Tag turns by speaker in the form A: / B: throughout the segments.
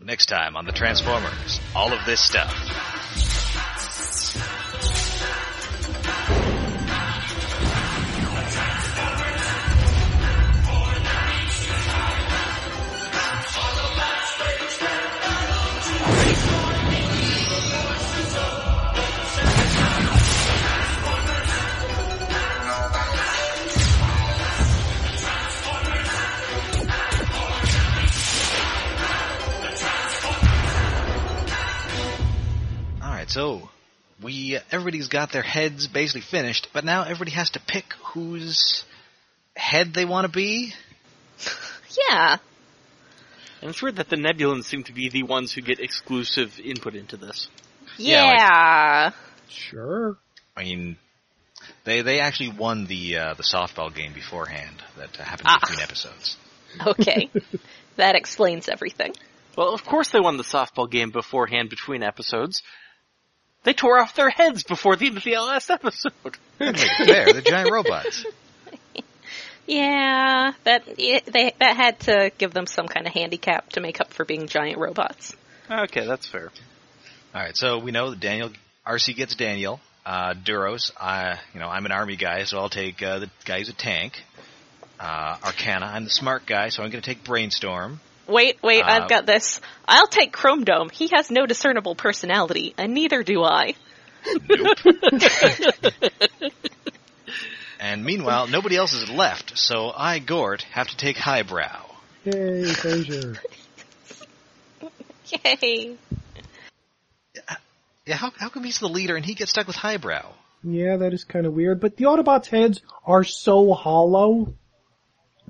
A: Next time on the Transformers, all of this stuff. All right, so we uh, everybody's got their heads basically finished, but now everybody has to pick whose head they want to be.
B: Yeah.
C: And it's weird that the Nebulans seem to be the ones who get exclusive input into this.
A: Yeah, like-
B: Yeah.
D: Sure.
A: I mean, they they actually won the uh, the softball game beforehand that uh, happened
B: Ah.
A: between episodes.
B: okay. that explains everything.
C: Well, of course they won the softball game beforehand between episodes. They tore off their heads before the end of the last episode.
A: There, the giant robots.
B: Yeah, that it, they that had to give them some kind of handicap to make up for being giant robots.
C: okay, that's fair.
A: All right, so we know that Daniel RC gets Daniel uh, Duros. I, you know, I'm an army guy, so I'll take uh, the guy who's a tank. Uh, Arcana, I'm the smart guy, so I'm going to take Brainstorm.
B: Wait, wait,
A: Uh,
B: I've got this. I'll take Chrome Dome. He has no discernible personality, and neither do I.
A: And meanwhile, nobody else is left, so I Gort have to take Highbrow.
D: Yay, closure.
B: Yay.
A: Yeah, how how come he's the leader and he gets stuck with Highbrow?
D: yeah, that is kind of weird. But the Autobots' heads are so hollow.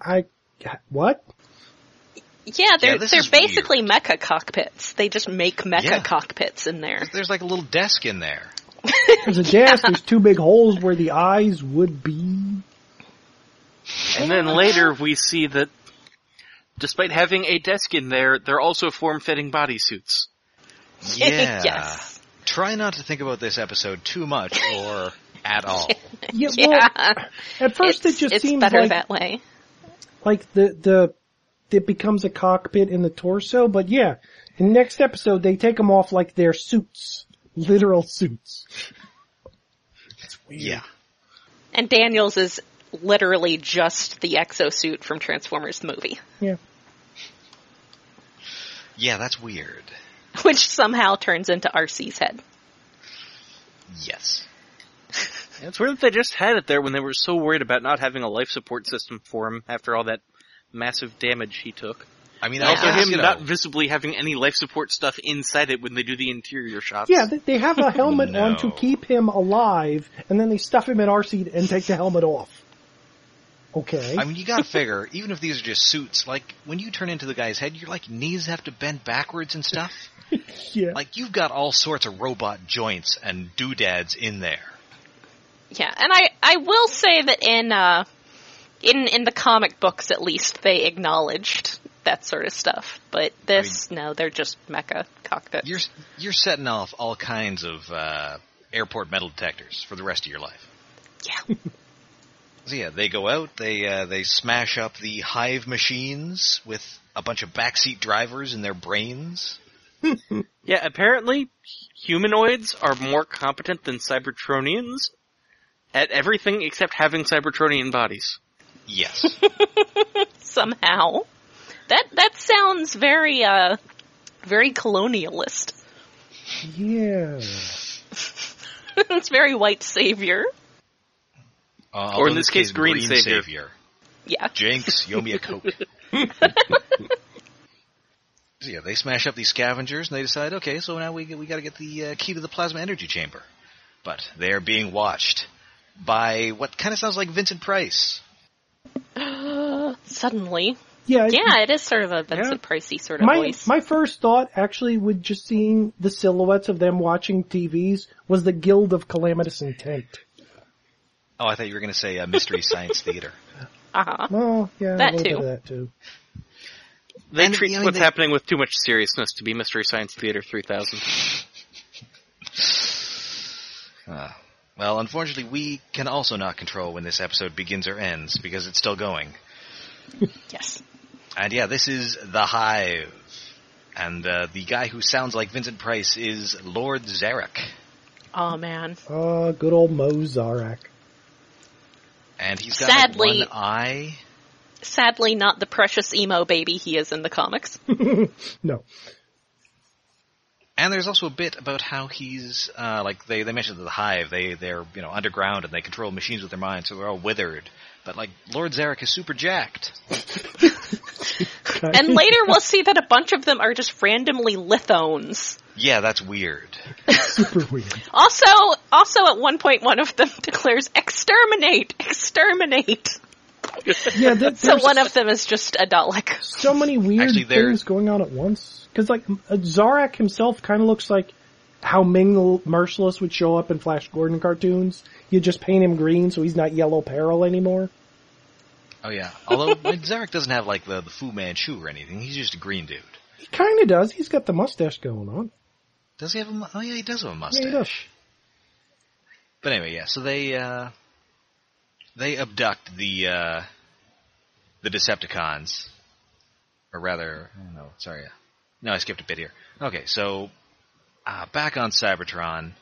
D: I what?
B: Yeah, they're
A: Yeah, this
B: they're
A: is
B: basically mecha cockpits. They just make mecha
A: Yeah.
B: cockpits in there.
A: There's like a little desk in there.
D: There's a desk. There's two big holes where the eyes would be.
C: And then later we see that despite having a desk in there, they're also form-fitting bodysuits.
A: Yeah.
B: yes.
A: Try not to think about this episode too much or at all.
D: Yeah. well,
B: Yeah.
D: at first
B: it's,
D: it just
B: it's
D: seems
B: better
D: like
B: that way.
D: like the the it becomes a cockpit in the torso. But yeah, in the next episode they take them off like they're suits, literal suits.
A: Yeah.
B: And Daniels is literally just the exosuit from Transformers the movie,
D: Yeah.
A: Yeah, that's weird.
B: which somehow turns into RC's head.
A: Yes.
C: And it's weird that they just had it there when they were so worried about not having a life support system for him after all that massive damage he took.
A: I mean,
C: And also
A: I guess,
C: him
A: you know,
C: not visibly having any life support stuff inside it when they do the interior shots.
D: Yeah, they- they have a helmet on to
A: No.
D: keep him alive, and then they stuff him in RC and take the helmet off. Okay.
A: I mean, you gotta figure, even if these are just suits, like, when you turn into the guy's head, your, like, knees have to bend backwards and stuff.
D: yeah.
A: Like, you've got all sorts of robot joints and doodads in there.
B: Yeah, and I I will say that in uh in in the comic books at least they acknowledged that sort of stuff, but this no, they're just mecha cockpits.
A: You're, you're setting off all kinds of, uh, airport metal detectors for the rest of your life.
B: yeah,
A: So yeah, they go out. They uh, they smash up the hive machines with a bunch of backseat drivers in their brains.
C: Yeah, apparently humanoids are more competent than Cybertronians at everything except having Cybertronian bodies.
A: Yes,
B: somehow that that sounds very uh very colonialist.
D: Yeah.
B: it's very white savior.
A: Uh, although
C: in this case, Green Savior.
B: Yeah,
A: Jinx, you owe me a coke. so yeah, they smash up these scavengers and they decide, okay, so now we we got to get the uh, key to the plasma energy chamber. But they're being watched by what kind of sounds like Vincent Price.
B: suddenly.
D: Yeah.
B: Yeah, it is sort of a Vincent Pricey sort of
D: My,
B: voice.
D: my first thought actually with just seeing the silhouettes of them watching TVs was the Guild of Calamitous Intent.
A: Oh, I thought you were going to say uh, Mystery Science Theater.
B: uh-huh.
D: Well, yeah,
B: That
D: a little
B: too.
D: bit of that too.
C: They
A: And,
C: treat
A: you know,
C: what's
A: they-
C: happening with too much seriousness to be Mystery Science Theater 3000.
A: Ah. well, unfortunately, we can also not control when this episode begins or ends because it's still going.
B: Yes.
A: And yeah, this is The Hive. And uh, the guy who sounds like Vincent Price is Lord Zarek.
B: Oh man.
D: Uh, good old Mo Zarek.
A: And he's got
B: Sadly-
A: like, one eye.
B: Sadly, not the precious emo baby he is in the comics.
D: No.
A: And there's also a bit about how he's uh, like they, they mentioned the hive. They they're you know underground and they control machines with their minds, so they're all withered. But like Lord Zarek is super jacked.
B: and later we'll see that a bunch of them are just randomly lithones.
A: Yeah, that's weird.
D: Super weird.
B: Also, also at one point one of them declares, exterminate, exterminate.
D: Yeah, that,
B: So
D: there's
B: one of them is just a Dalek.
D: so many weird
A: Actually, there-
D: things going on at once. Because like uh, Zarek himself kind of looks like how Ming the Merciless would show up in Flash Gordon cartoons. You just paint him green so he's not Yellow Peril anymore.
A: Oh yeah. Although like, Zarek doesn't have like the, the Fu Manchu or anything. He's just a green dude.
D: He kind of does. He's got the mustache going on.
A: Does he have a? mu- Oh yeah, he does have a mustache.
D: Yeah, he does.
A: But anyway, yeah. So they uh, they abduct the uh, the Decepticons, or rather, oh, no, sorry, no, I skipped a bit here. Okay, so uh, back on Cybertron,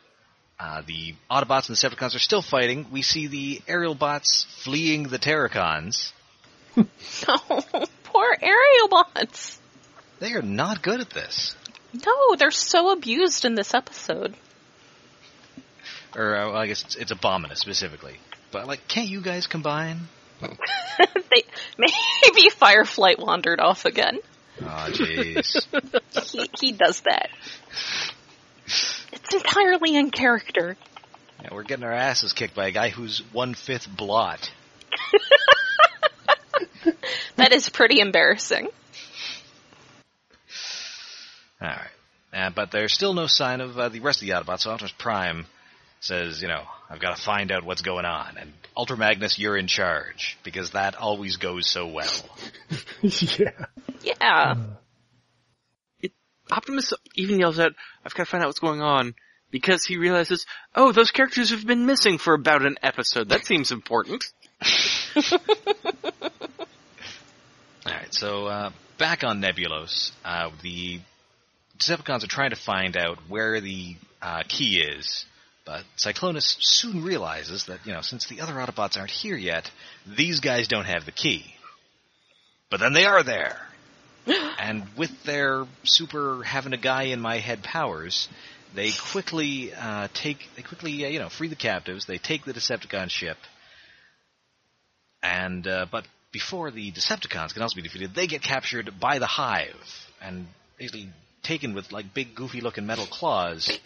A: uh, the Autobots and Decepticons are still fighting. We see the aerial bots fleeing the Terracons.
B: Oh, poor Aerobots.
A: They are not good at this.
B: No, they're so abused in this episode.
A: Or uh, well, I guess it's, it's Abominus specifically. But like, can't you guys combine?
B: they, maybe Fireflight wandered off again.
A: Oh jeez.
B: He, he does that. It's entirely in character.
A: Yeah, we're getting our asses kicked by a guy who's one fifth blot.
B: That is pretty embarrassing.
A: All right, uh, but there's still no sign of uh, the rest of the Autobots. So Optimus Prime says, "You know, I've got to find out what's going on." And Ultra Magnus, you're in charge because that always goes so well.
D: yeah.
B: Yeah.
A: Hmm.
C: Optimus even yells out, I've got to find out what's going on, because he realizes, oh, those characters have been missing for about an episode. That seems important.
A: All right, so uh, back on Nebulos, uh, the Decepticons are trying to find out where the uh, key is, but Cyclonus soon realizes that you know since the other Autobots aren't here yet, these guys don't have the key. But then they are there, and with their super having a guy in my head powers, they quickly uh, take they quickly uh, you know free the captives. They take the Decepticon ship, and uh, but before the Decepticons can also be defeated, they get captured by the Hive and basically taken with like big goofy-looking metal claws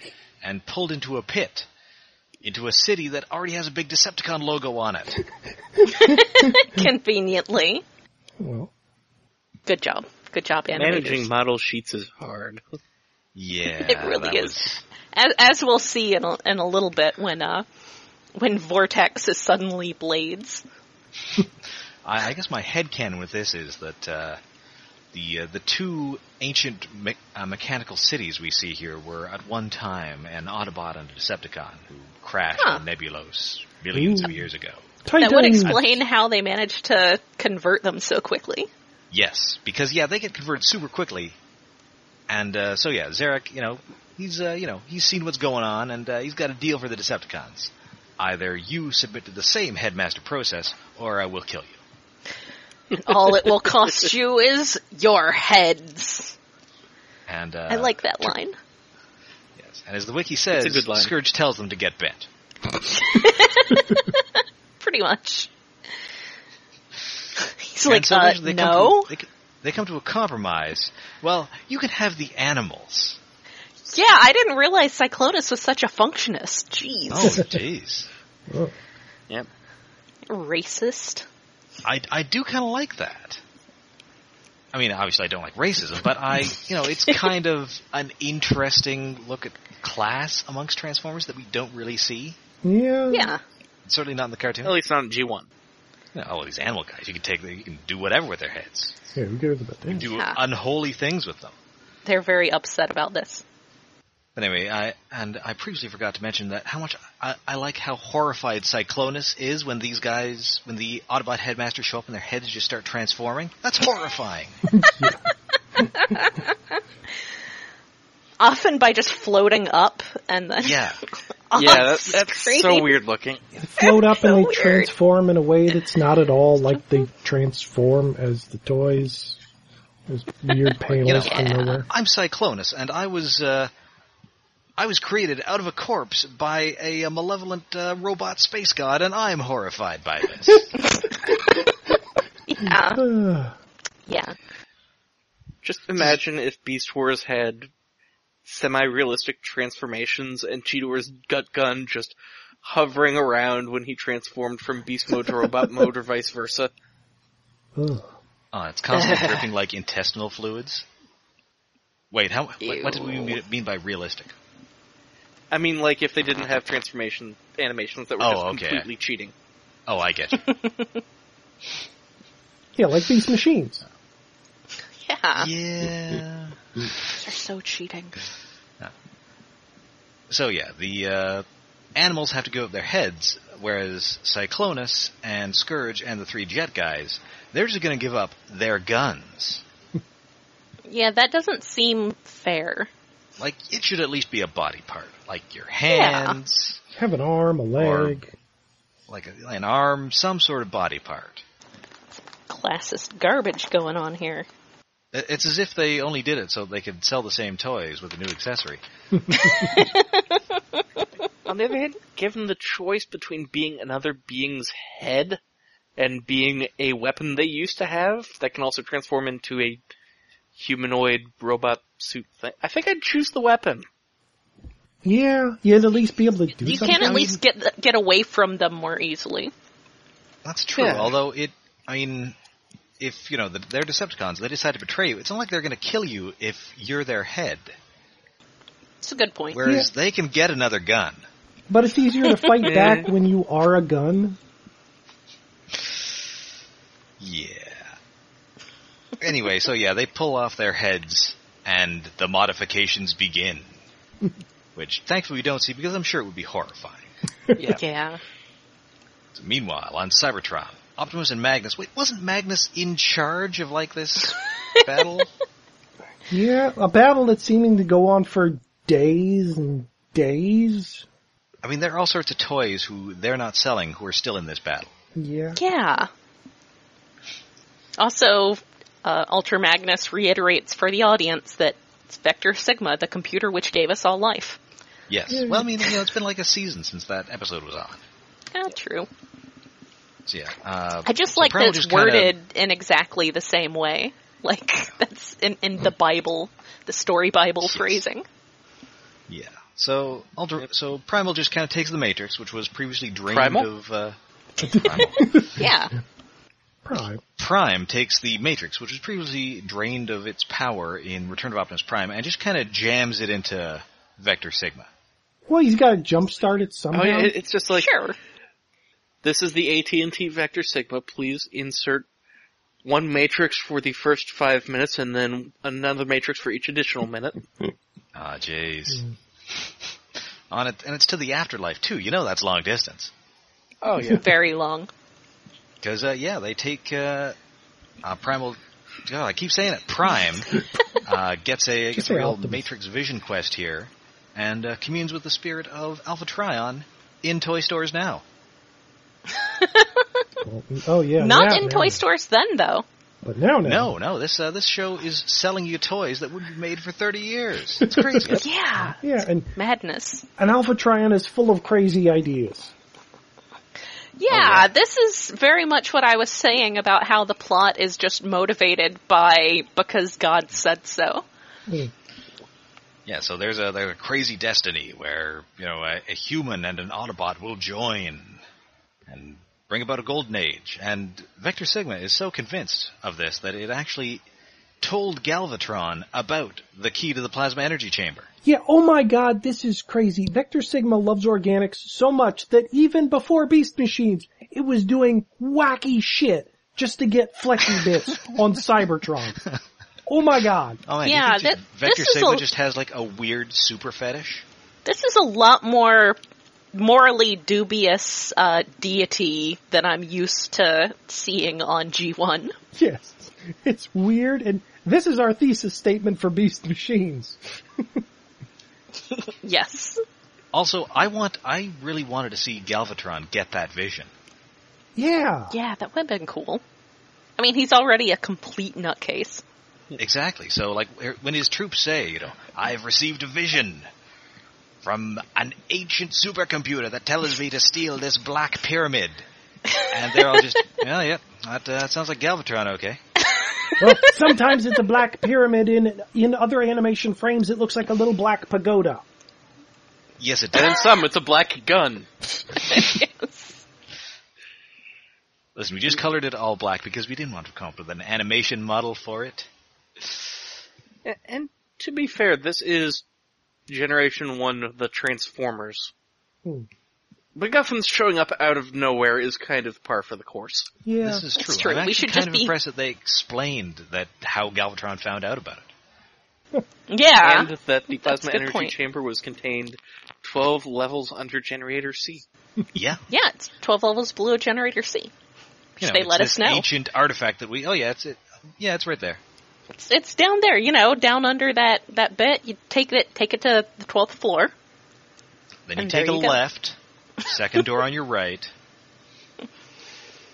A: and pulled into a pit into a city that already has a big Decepticon logo on it.
B: Conveniently.
D: Well,
B: Good job. Good job, animators.
C: Managing model sheets is hard.
A: Yeah,
B: It really
A: that
B: is.
A: was-
B: As, as we'll see in a, in a little bit when, uh, when Vortex is suddenly Blades.
A: I, I guess my headcanon with this is that uh, the uh, the two ancient me- uh, mechanical cities we see here were at one time an Autobot and a Decepticon who crashed
B: Huh.
A: on Nebulos millions of
D: Ooh.
A: years ago.
B: That
D: Titan.
B: would explain how they managed to convert them so quickly.
A: Yes, because yeah, they get converted super quickly, and uh, so yeah, Zarek, you know, he's uh, you know he's seen what's going on, and uh, he's got a deal for the Decepticons. Either you submit to the same headmaster process, or I will kill you.
B: All it will cost you is your heads.
A: And uh,
B: I like that line.
A: yes. And as the wiki says,
C: good line.
A: Scourge tells them to get bent.
B: Pretty much. He's
A: And
B: like,
A: so
B: uh,
A: eventually they come to a-
B: no.
A: they, c- they come to a compromise. Well, you can have the animals.
B: Yeah, I didn't realize Cyclonus was such a functionist. Jeez.
A: Oh, jeez.
D: Oh.
C: Yep.
B: Racist.
A: I, I do kind of like that. I mean, obviously, I don't like racism, but I, you know, it's kind of an interesting look at class amongst Transformers that we don't really see.
D: Yeah.
B: Yeah.
A: Certainly not in the cartoon.
C: At least not in G1.
A: You know, all these animal guys, you can take, the- you can do whatever with their heads,
D: Yeah, who cares about that?
A: do
B: Yeah.
A: unholy things with them.
B: They're very upset about this.
A: But anyway, I and I previously forgot to mention that how much I, I like how horrified Cyclonus is when these guys, when the Autobot headmasters show up and their heads just start transforming. That's horrifying.
B: Often by just floating up and then
A: Yeah.
B: on
C: yeah, that, that's
B: screen.
C: so weird looking.
D: float up and they
B: Weird.
D: transform in a way that's not at all like they transform as the toys. There's weird panels from
B: Yeah.
D: nowhere.
A: I'm Cyclonus, and I was uh, I was created out of a corpse by a, uh malevolent uh, robot space god, and I'm horrified by this.
B: Yeah,
D: Ugh.
B: yeah.
C: Just imagine if Beast Wars had semi-realistic transformations and Cheetor's gut gun just hovering around when he transformed from beast mode to robot mode or vice versa.
D: Ugh.
A: uh, it's constantly dripping like intestinal fluids. Wait, how? What, what did we
B: Ew.
A: mean mean by realistic?
C: I mean, like if they didn't have transformation animations that were
A: Oh,
C: just
A: okay.
C: completely cheating.
A: Oh, I get you.
D: Yeah, like these machines.
B: Yeah.
A: yeah.
B: They're so cheating.
A: So yeah, the uh, animals have to go up their heads, whereas Cyclonus and Scourge and the three Jet guys, they're just going to give up their guns.
B: Yeah, that doesn't seem fair.
A: Like it should at least be a body part, like your hands,
D: Have an arm, a leg.
A: like a, an arm, some sort of body part.
B: Classist garbage going on here.
A: I- It's as if they only did it so they could sell the same toys with a new accessory.
C: On the other hand, given the choice between being another being's head and being a weapon they used to have that can also transform into a humanoid robot suit thing, I think I'd choose the weapon.
D: Yeah, you'd at least be able to do
B: You
D: something.
B: can at least get the, get away from them more easily.
A: That's true.
C: Yeah.
A: Although it, I mean, if you know the, they're Decepticons, they decide to betray you. It's not like they're going to kill you if you're their head.
B: It's a good point.
A: Whereas they can get another gun.
D: But it's easier to fight
C: Yeah.
D: back when you are a gun.
A: Yeah. Anyway, so yeah, they pull off their heads and the modifications begin. Which thankfully we don't see because I'm sure it would be horrifying.
C: Yeah.
B: Yeah.
A: Meanwhile, on Cybertron, Optimus and Magnus. Wait, wasn't Magnus in charge of like this battle?
D: Yeah, a battle that's seeming to go on for days and days.
A: I mean, there are all sorts of toys who they're not selling who are still in this battle.
D: Yeah.
B: Yeah. Also, uh, Ultra Magnus reiterates for the audience that it's Vector Sigma, the computer which gave us all life.
A: Yes.
D: Yeah.
A: Well, I mean, you know, it's been like a season since that episode was on.
B: Yeah, true.
A: So yeah. Uh,
B: I just
A: so
B: like
A: Primal
B: that it's
A: just kinda-
B: worded in exactly the same way. Like, that's in, in the Bible, the story Bible phrasing.
A: Yeah. So Ultra, so Primal just kind of takes the Matrix, which was previously drained
C: Primal?
A: of. Uh, Primal.
B: Yeah.
D: Probably.
A: Prime takes the Matrix, which was previously drained of its power in Return of Optimus Prime, and just kind of jams it into Vector Sigma.
D: Well, he's got to jumpstart it somehow.
C: Oh yeah, it- it's just like
B: sure.
C: this is the AT&T Vector Sigma. Please insert one matrix for the first five minutes and then another matrix for each additional minute.
A: Ah, jeez. On it, and it's to the afterlife too. You know that's long distance.
C: Oh yeah.
B: Very long.
A: Because uh, yeah, they take uh, uh, Primal. God, I keep saying it. Prime uh, gets a
D: Just
A: gets
D: say
A: a real
D: Optimus.
A: Matrix Vision quest here, and uh, communes with the spirit of Alpha Trion in toy stores now.
D: Well, oh yeah.
B: Not
D: now,
B: in
D: now.
B: toy stores then, though.
D: But now, now.
A: No, no, this uh, this show is selling you toys that would be made for thirty years. It's crazy.
B: Yeah.
D: Yeah, and
B: Madness.
D: an Alpha Trion is full of crazy ideas.
B: Yeah, this is very much what I was saying about how the plot is just motivated by because God said so.
A: Yeah, so there's a there's a crazy destiny where you know a, a human and an Autobot will join and bring about a golden age. And Vector Sigma is so convinced of this that it actually told Galvatron about the key to the plasma energy chamber.
D: Yeah, oh my god, this is crazy. Vector Sigma loves organics so much that even before Beast Machines, it was doing wacky shit just to get flexi bits on Cybertron. Oh my god.
A: Oh man,
B: Yeah,
A: you think
B: that-
A: Vector
B: this is
A: Sigma
B: a-
A: just has like a weird super fetish.
B: This is a lot more morally dubious uh, deity than I'm used to seeing on G1.
D: Yes. It's weird and This is our thesis statement for Beast Machines.
B: Yes.
A: Also, I want I really wanted to see Galvatron get that vision.
D: Yeah.
B: Yeah, that would have been cool. I mean, he's already a complete nutcase.
A: Exactly. So like er, when his troops say, you know, I've received a vision from an ancient supercomputer that tells me to steal this black pyramid. And they're all just, yeah, yeah, that, uh, that sounds like Galvatron, okay.
D: Well, sometimes it's a black pyramid. In in other animation frames, it looks like a little black pagoda.
A: Yes, it
C: And
A: does.
C: in some, it's a black gun.
A: Listen, we just colored it all black because we didn't want to come up with an animation model for it.
C: A- And to be fair, this is Generation 1 of the Transformers.
D: Hmm.
C: MacGuffins showing up out of nowhere is kind of par for the course.
D: Yeah.
A: This is true.
B: true.
A: I'm
B: We
A: actually
B: should
A: kind
B: just
A: of
B: be-
A: impressed that they explained that how Galvatron found out about it.
B: Yeah.
C: and that the
B: Ah, That's a
C: plasma
B: good
C: energy
B: point.
C: chamber was contained 12 levels under Generator C.
A: Yeah,
B: yeah, it's 12 levels below Generator C.
A: you know,
B: they
A: it's
B: let
A: this
B: us know.
A: ancient artifact that we. Oh yeah, it's it. Yeah, it's right there.
B: It's, it's down there, you know, down under that, that bit. You take it, take it to the 12th floor.
A: Then you
B: And
A: take
B: there
A: a
B: you go.
A: left, second door on your right.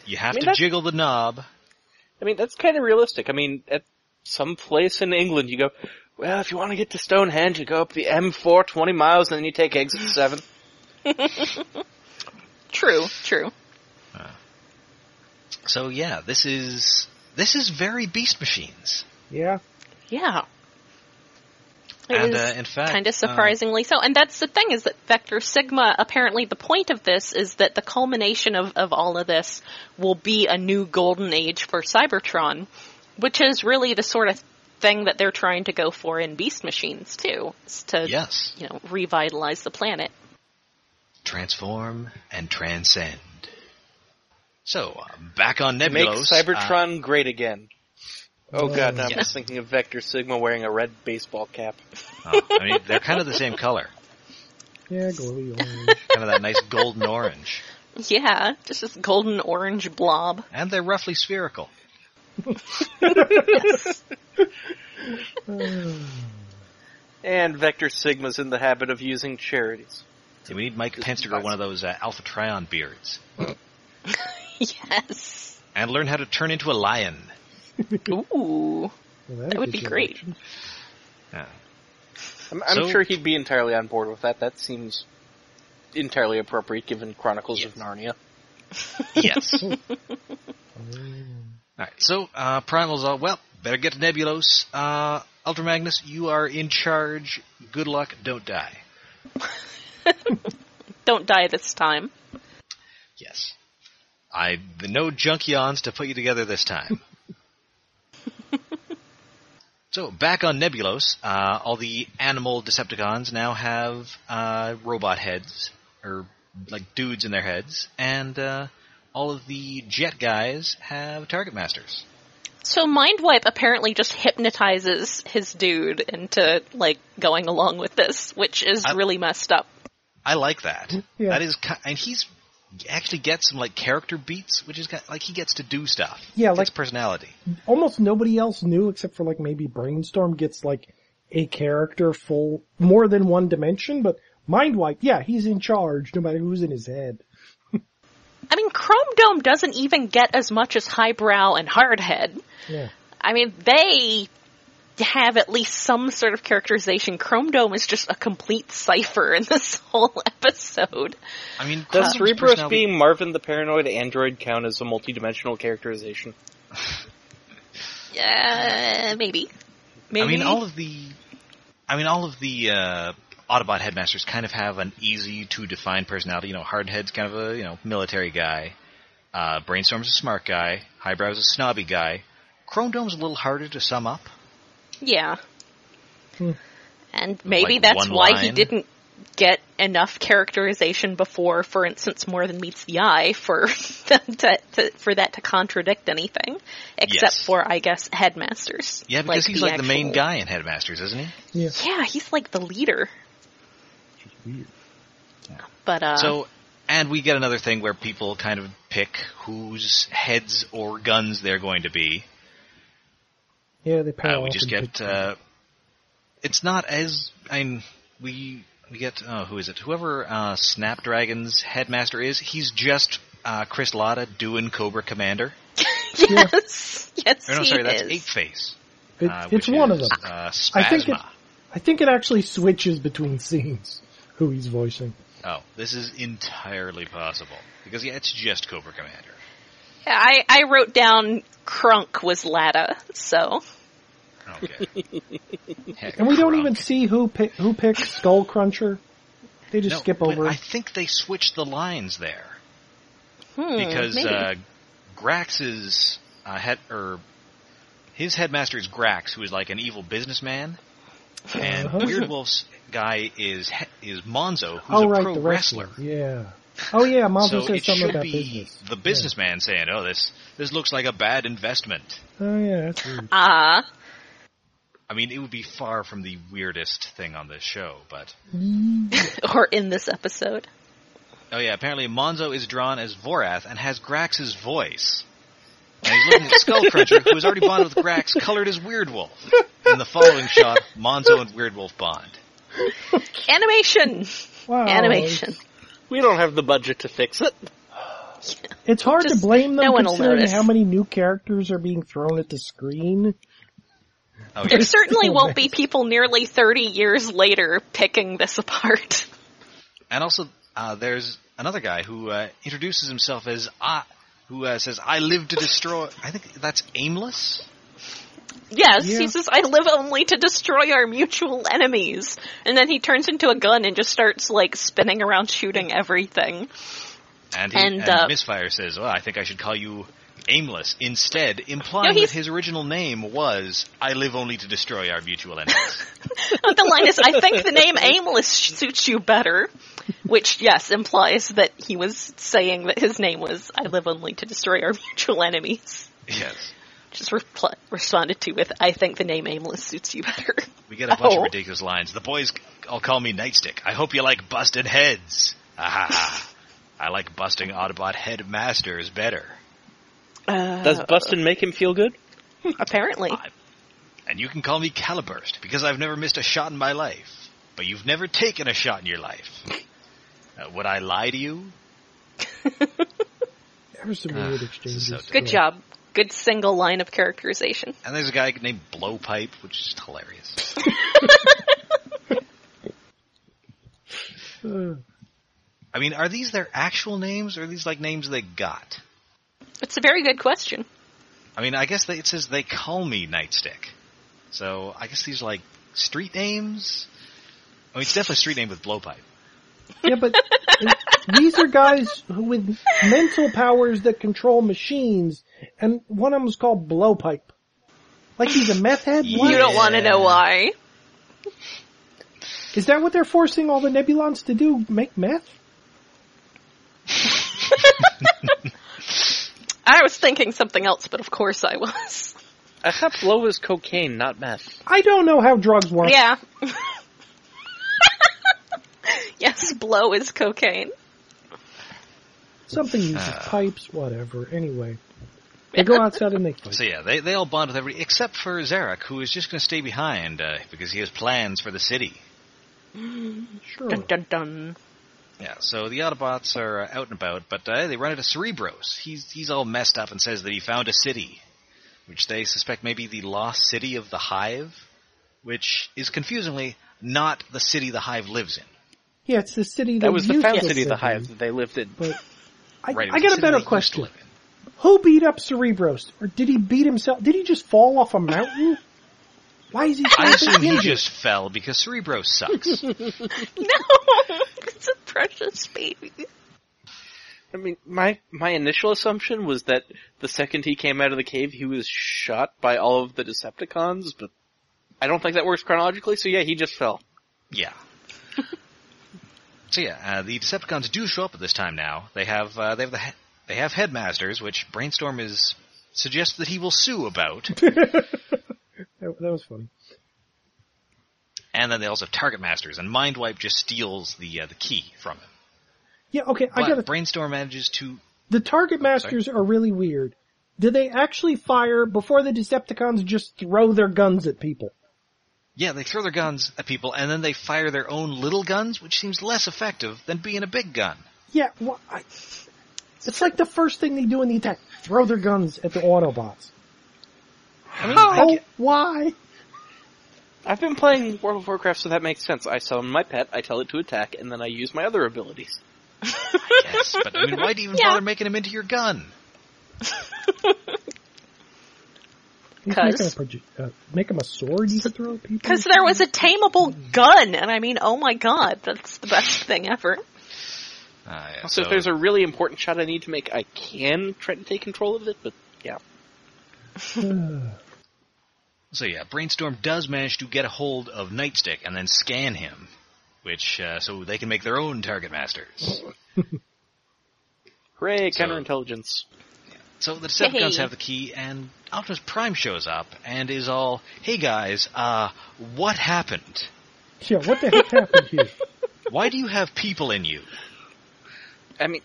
A: You have
C: I mean,
A: to
C: that's-
A: jiggle the knob.
C: I mean, that's kind of realistic. I mean, at some place in England, you go, well, if you want to get to Stonehenge, you go up the M4 20 miles, and then you take exit 7.
B: True, true.
A: So yeah, this is this is very Beast Machines,
D: yeah.
B: Yeah.
A: and uh, in fact,
B: kind
A: uh,
B: of surprisingly so. And that's the thing is that Vector Sigma, apparently the point of this is that the culmination of, of all of this will be a new golden age for Cybertron, which is really the sort of thing that they're trying to go for in Beast Machines too, is to,
A: yes,
B: you know, revitalize the planet.
A: transform and transcend. So uh, back on
C: Make
A: Nebulos, uh,
C: Cybertron
B: Ah.
C: great again. Oh god, now I'm
A: Yeah.
C: just thinking of Vector Sigma wearing a red baseball cap.
A: oh, I mean, they're kind of the same color,
D: Yeah, glowy orange.
A: kind of that nice golden orange,
B: Yeah, just this golden orange blob.
A: and they're roughly spherical.
C: And Vector Sigma's in the habit of using charities.
A: Yeah, we need Mike Pence to grow one of those uh, Alpha Trion beards
B: Yes.
A: and learn how to turn into a lion.
B: Ooh.
D: Well,
B: That would be
D: gives you
B: great.
D: an
A: Yeah.
C: I'm, I'm
A: So-
C: sure he'd be entirely on board with that. That seems entirely appropriate given Chronicles of Narnia.
A: Yes.
D: option.
A: All right, so uh, Primal's all well. Better get to Nebulos. Uh, Ultra Magnus, you are in charge. Good luck. Don't die.
B: Don't die this time.
A: Yes. I the no junk yawns to put you together this time. so back on Nebulos, uh, all the animal Decepticons now have uh, robot heads or like dudes in their heads, and uh, all of the Jet guys have target masters.
B: So Mind Wipe apparently just hypnotizes his dude into like going along with this, which is
A: I-
B: really messed up.
A: I like that.
D: Yeah.
A: That is, ki- and he's actually gets some like character beats, which is ki- like he gets to do stuff.
D: Yeah,
A: Gets
D: like-
A: personality.
D: Almost nobody else knew except for like maybe Brainstorm gets like a character full more than one dimension, but Mindwipe, yeah, he's in charge no matter who's in his head.
B: I mean, Chrome Dome doesn't even get as much as Highbrow and Hardhead.
D: Yeah.
B: I mean, they have at least some sort of characterization. Chrome Dome is just a complete cipher in this whole episode.
A: I mean, Chrom's
C: Does Cerebrus
A: personality-
C: being Marvin the Paranoid Android count as a multidimensional characterization?
B: Yeah, maybe. Maybe.
A: I mean, all of the, I mean, all of the uh, Autobot headmasters kind of have an easy to define personality. You know, Hardhead's kind of a you know military guy. Uh, Brainstorm's a smart guy. Highbrow's a snobby guy. Chrome Dome's a little harder to sum up.
B: Yeah.
D: Hmm.
B: And maybe
A: Like one
B: that's why he
A: line?
B: didn't get enough characterization before, for instance, more than meets the eye for them to, to, for that to contradict anything, except
A: Yes.
B: for I guess headmasters.
A: Yeah, because he's like the main
B: actual-
A: guy in Headmasters, isn't he?
D: Yeah.
B: Yeah, he's like the leader. But uh,
A: So, and we get another thing where people kind of pick whose heads or guns they're going to be.
D: Yeah, they power
A: Uh, we
D: up
A: just
D: into-
A: get. Uh, it's not as I mean, we we get. Oh, who is it? Whoever uh, Snapdragon's headmaster is, he's just uh, Chris Latta doing Cobra Commander.
B: Yes, yes,
A: Or Oh, no,
B: he
A: sorry, that's
B: is.
A: Eight Face.
D: it-
A: uh, which
D: it's one
A: is,
D: of them.
A: Uh,
D: I think it-
A: Spasma.
D: I think it actually switches between scenes who he's voicing.
A: Oh, this is entirely possible because yeah, it's just Cobra Commander.
B: Yeah, I, I wrote down Crunk was Latta, so
A: Okay. Heck,
D: And we don't
A: crunk.
D: even see who pick, who picks Skull Cruncher. They just
A: No,
D: skip
A: but
D: over.
A: I
D: it.
A: think they switched the lines there.
B: hmm,
A: because
B: maybe.
A: uh, Grax's uh, head or his headmaster is Grax, who is like an evil businessman, and
D: Uh-huh.
A: Weird Wolf's guy is he- is Monzo, who's
D: oh
A: a
D: right,
A: pro
D: the
A: wrestler.
D: wrestler. Yeah. Oh yeah, Monzo
A: so
D: says
A: it
D: something
A: should
D: about
A: be
D: business.
A: the businessman saying, "Oh, this this looks like a bad investment."
D: Yeah. Oh yeah, that's weird.
B: Ah,
A: I mean, it would be far from the weirdest thing on this show, but
B: or in this episode.
A: oh yeah, apparently Monzo is drawn as Vorath and has Grax's voice. And he's looking at Skullcruncher, who is already bonded with Grax, colored as Weird Wolf. In the following shot, Monzo and Weird Wolf bond.
B: Animation,
D: Wow.
B: animation.
C: We don't have the budget to fix it.
D: It's hard to
B: Just-
D: blame them
B: no one will
D: considering
B: notice.
D: how many new characters are being thrown at the screen.
A: Oh yeah,
B: There certainly
D: Oh,
B: won't be people nearly 30 years later picking this apart.
A: and also uh, there's another guy who uh, introduces himself as I, who uh, says I live to destroy. I think that's aimless.
B: Yes,
D: Yeah.
B: he says, I live only to destroy our mutual enemies. And then he turns into a gun and just starts, like, spinning around shooting everything.
A: And, he,
B: And,
A: and,
B: uh,
A: Misfire says, "Well, I think I should call you aimless instead," implying
B: No, he's-
A: that his original name was I live only to destroy our mutual enemies.
B: But the line is, I think the name Aimless suits you better. Which, yes, implies that he was saying that his name was, I live only to destroy our mutual enemies.
A: yes.
B: Just repl- responded to with, I think the name Aimless suits you better.
A: We get a bunch
B: Oh.
A: of ridiculous lines. The boys all call me Nightstick. I hope you like busted heads. Ah, I like busting Autobot headmasters better.
B: Uh,
C: Does Bustin make him feel good?
B: apparently.
A: I- And you can call me Caliburst because I've never missed a shot in my life. But you've never taken a shot in your life. Uh, would I lie to you?
D: There were some
A: Ah,
D: weird
A: this is
D: exchanges.
A: so
B: Good job. Good single line of characterization.
A: And there's a guy named Blowpipe, which is just hilarious.
D: Uh,
A: I mean, are these their actual names or are these like names they got?
B: It's a very good question.
A: I mean, I guess they, it says they call me Nightstick. So I guess these are like street names. I mean, it's definitely a street name with blowpipe.
D: yeah, but uh, these are guys who with mental powers that control machines, and one of them is called Blowpipe. Like he's a meth head. What?
B: You don't want to know
A: Yeah.
B: why.
D: Is that what they're forcing all the Nebulons to do? Make meth?
B: I was thinking something else, but of course I was.
C: I thought blow is cocaine, not meth.
D: I don't know how drugs work.
B: Yeah. yes, blow is cocaine.
D: Something uses
A: Ah.
D: pipes, whatever. Anyway, they go outside and they fight.
A: So yeah, they, they all bond with everybody except for Zarek, who is just going to stay behind uh, because he has plans for the city.
D: Sure.
B: Dun dun dun.
A: Yeah, so the Autobots are uh, out and about, but uh, they run into Cerebros. He's he's all messed up and says that he found a city, which they suspect may be the lost city of the Hive, which is confusingly not the city the Hive lives in.
D: Yeah, it's the city that,
C: That was the
D: used
C: found
D: to
C: city of the
D: live
C: hive
D: in,
C: that they lived in.
D: But I,
A: Right, it was
D: I
A: the
D: got
A: city
D: a better
A: they used to
D: question.
A: live in.
D: Who beat up Cerebros? Or did he beat himself? Did he just fall off a mountain? Why is he so
A: I assume he
D: injured?
A: just fell because Cerebros sucks.
B: No, it's a precious baby.
C: I mean, my my initial assumption was that the second he came out of the cave, he was shot by all of the Decepticons, but I don't think that works chronologically. So yeah, he just fell.
A: Yeah. so yeah, uh, the Decepticons do show up at this time now. They have uh, they have the he- they have headmasters, which Brainstorm is suggests that he will sue about,
D: That, that was funny.
A: and then they also have target masters. And Mindwipe just steals the uh, the key from him.
D: Yeah, okay, I
A: But
D: got to
A: Brainstorm manages to
D: The target masters are really weird. Do they actually fire before the Decepticons just throw their guns at people?
A: Yeah, they throw their guns at people and then they fire their own little guns, which seems less effective than being a big gun.
D: Yeah, well, I, it's like the first thing they do in the attack. Throw their guns at the Autobots.
A: I mean, I
D: How?
A: get-
D: Why?
C: I've been playing World of Warcraft, so that makes sense. I summon my pet, I tell it to attack, and then I use my other abilities.
A: yes, but I mean, why do you even
B: Yeah.
A: bother making them into your gun?
D: He's
B: 'Cause-
D: making a proje- uh, make them a sword you can throw at people?
B: Because there was a tameable gun, and I mean, oh my god, that's the best thing ever.
A: Ah, yeah,
C: Also, if there's a really important shot I need to make, I can try to take control of it, but yeah.
A: So yeah, Brainstorm does manage to get a hold of Nightstick and then scan him, which uh, so they can make their own target masters.
C: Hooray,
A: So-
C: counterintelligence.
A: So the Decepticons
B: Hey.
A: have the key, and Optimus Prime shows up and is all, "Hey guys, uh, what happened?
D: Yeah, what the heck happened here?
A: Why do you have people in you?"
C: I mean,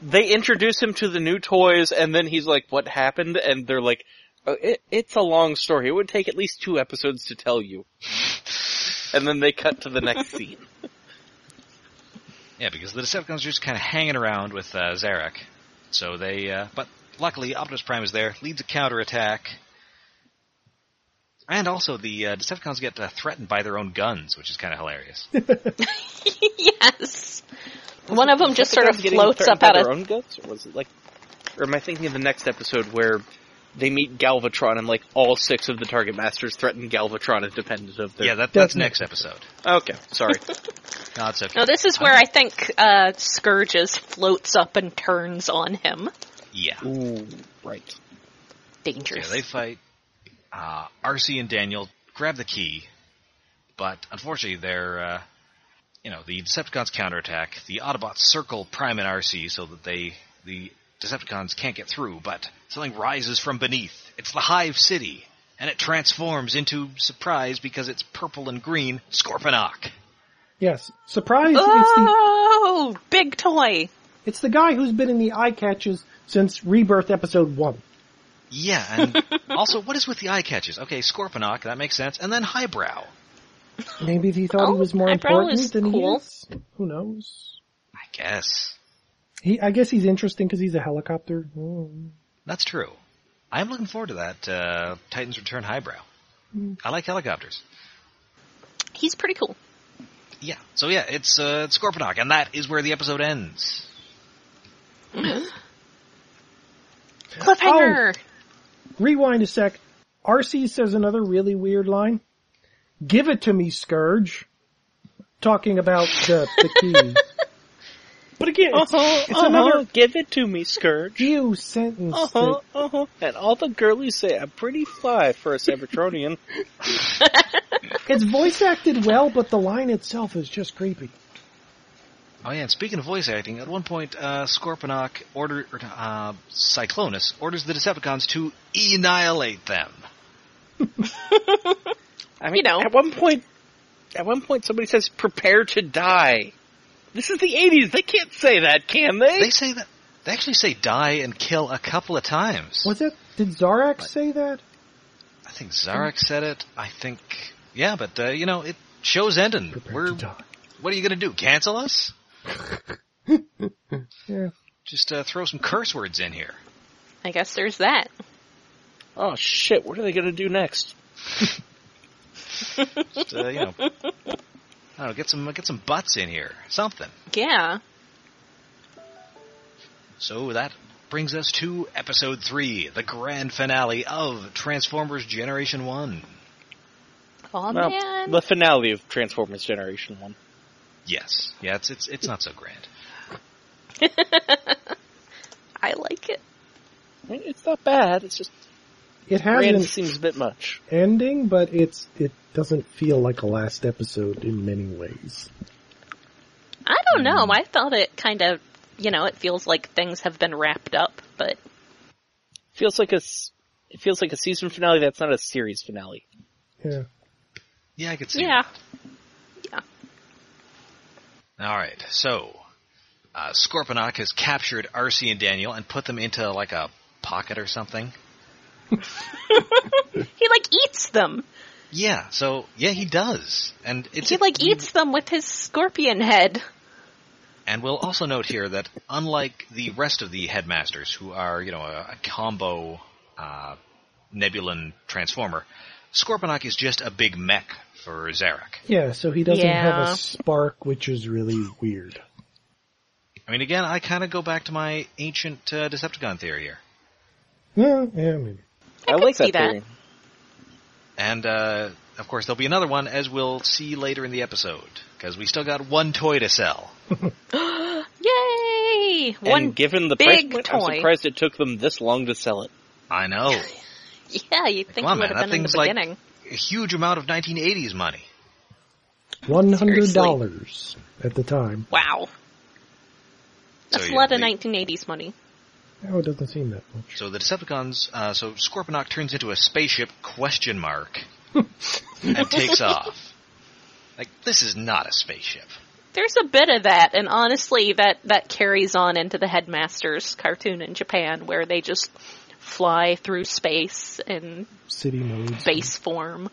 C: they introduce him to the new toys, and then he's like, what happened? And they're like, oh, it, it's a long story. It would take at least two episodes to tell you. And then they cut to the next scene.
A: Yeah, because the Decepticons are just kind of hanging around with uh, Zarek. So they, uh, but luckily Optimus Prime is there, leads a counterattack, and also the uh, Decepticons get uh, threatened by their own guns, which is kind of hilarious.
B: yes. One of them just sort of
C: Decepticons getting
B: floats
C: threatened
B: up
C: by
B: out
C: their
B: of.
C: own guts? Or was it like, or am I thinking of the next episode where they meet Galvatron and like all six of the Target Masters threaten Galvatron independent of their.
A: yeah, that, that's
D: Definitely.
A: next episode.
C: Okay, sorry.
B: Uh-huh,
A: No, it's okay.
B: No, Oh, this is where I think uh, Scourges floats up and turns on him.
A: yeah.
C: Ooh, right.
A: Yeah,
B: Dangerous.
A: they fight. Uh, RC and Daniel grab the key, but unfortunately, they're uh, you know the Decepticons counterattack. The Autobots circle Prime and RC so that they the Decepticons can't get through. But something rises from beneath. It's the Hive City, and it transforms into surprise because it's purple and green Scorponok.
D: Yes. Surprise, it's the
B: oh, big toy.
D: It's the guy who's been in the eye catches since Rebirth episode one.
A: Yeah, and also what is with the eye catches? Okay, Scorponok, that makes sense, and then Highbrow.
D: Maybe he thought he
B: Oh,
D: was more
B: eyebrow
D: important
B: is
D: than
B: cool.
D: he is. Who knows?
A: I guess
D: He, I guess he's interesting because he's a helicopter. Mm.
A: That's true. I'm looking forward to that uh, Titans Return highbrow. I like helicopters.
B: He's pretty cool.
A: Yeah. So yeah, it's uh, it's Scorponok, and that is where the episode ends.
B: Oh. Cliffhanger.
D: Oh, Rewind a sec. RC says another really weird line. Give it to me, Scourge. Talking about the, the key. but again, it's,
B: Uh-huh,
D: it's another
C: give it to me, Scourge.
D: few sentence.
C: Uh
B: Uh-huh.
C: huh, uh huh. And all the girlies say, I'm pretty fly for a Cybertronian.
D: that- it's voice acted well, but the line itself is just creepy.
A: Oh yeah, and speaking of voice acting, at one point uh, Scorponok order or, uh, Cyclonus orders the Decepticons to annihilate them.
C: I mean,
B: You know.
C: at one point, at one point somebody says, prepare to die. This is the 80s. They can't say that, can they?
A: They say that they actually say die and kill a couple of times.
D: Was that, did Zarak say that?
A: I think Zarek said it. I think yeah, but uh, you know it shows ending. We're what are you gonna do? Cancel us?
D: Yeah.
A: Just uh, throw some curse words in here.
B: I guess there's that.
C: oh shit, what are they gonna do next?
A: Just, uh, you know, I don't know, get some get some butts in here, something.
B: Yeah.
A: So that brings us to episode three, the grand finale of Transformers Generation One.
B: Oh
C: Well,
B: man.
C: the finale of Transformers Generation 1.
A: Yes, yeah, it's it's it's not so grand.
B: I like it.
C: I mean, it's not bad, it's just,
D: It has
C: grand
D: an
C: seems a bit much.
D: ending, but it's it doesn't feel like a last episode in many ways.
B: I don't
A: Mm-hmm.
B: know. I thought it kind of, you know, it feels like things have been wrapped up, but
C: Feels like a, s- it feels like a season finale that's not a series finale.
D: Yeah.
A: Yeah, I could see.
B: yeah.
A: All right, so uh, Scorponok has captured RC and Daniel and put them into like a pocket or something.
B: He like eats them.
A: Yeah, so yeah, he does, and it's
B: He like eats them with his scorpion head.
A: And we'll also note here that unlike the rest of the headmasters, who are you know a, a combo uh, Nebulan transformer, Scorponok is just a big mech for Zarek.
D: Yeah, so he doesn't have
B: Yeah.
D: a spark, which is really weird.
A: I mean, again, I kind of go back to my ancient uh, Decepticon theory here.
D: Yeah, yeah, maybe.
B: I could
C: like
B: see that.
C: theory.
A: And uh, of course, there'll be another one, as we'll see later in the episode, because we still got one toy to sell.
B: Yay! One.
C: and given the
B: big
C: price point,
B: toy.
C: I'm surprised it took them this long to sell it.
A: I know
B: yeah, you think
A: Come on,
B: it
A: man,
B: would
A: that
B: have been in the
A: thing's like-
B: beginning.
A: a huge amount of 1980s money.
D: One hundred dollars at the time.
B: Wow. That's
A: So,
B: a
A: yeah,
B: lot of
A: they-
B: 1980s money.
D: Oh, it doesn't seem that much.
A: So the Decepticons, uh, so Scorponok turns into a spaceship question mark and takes off. Like this is not a spaceship.
B: There's a bit of that, and honestly, that that carries on into the headmaster's cartoon in Japan, where they just fly through space in
D: City modes.
B: base form.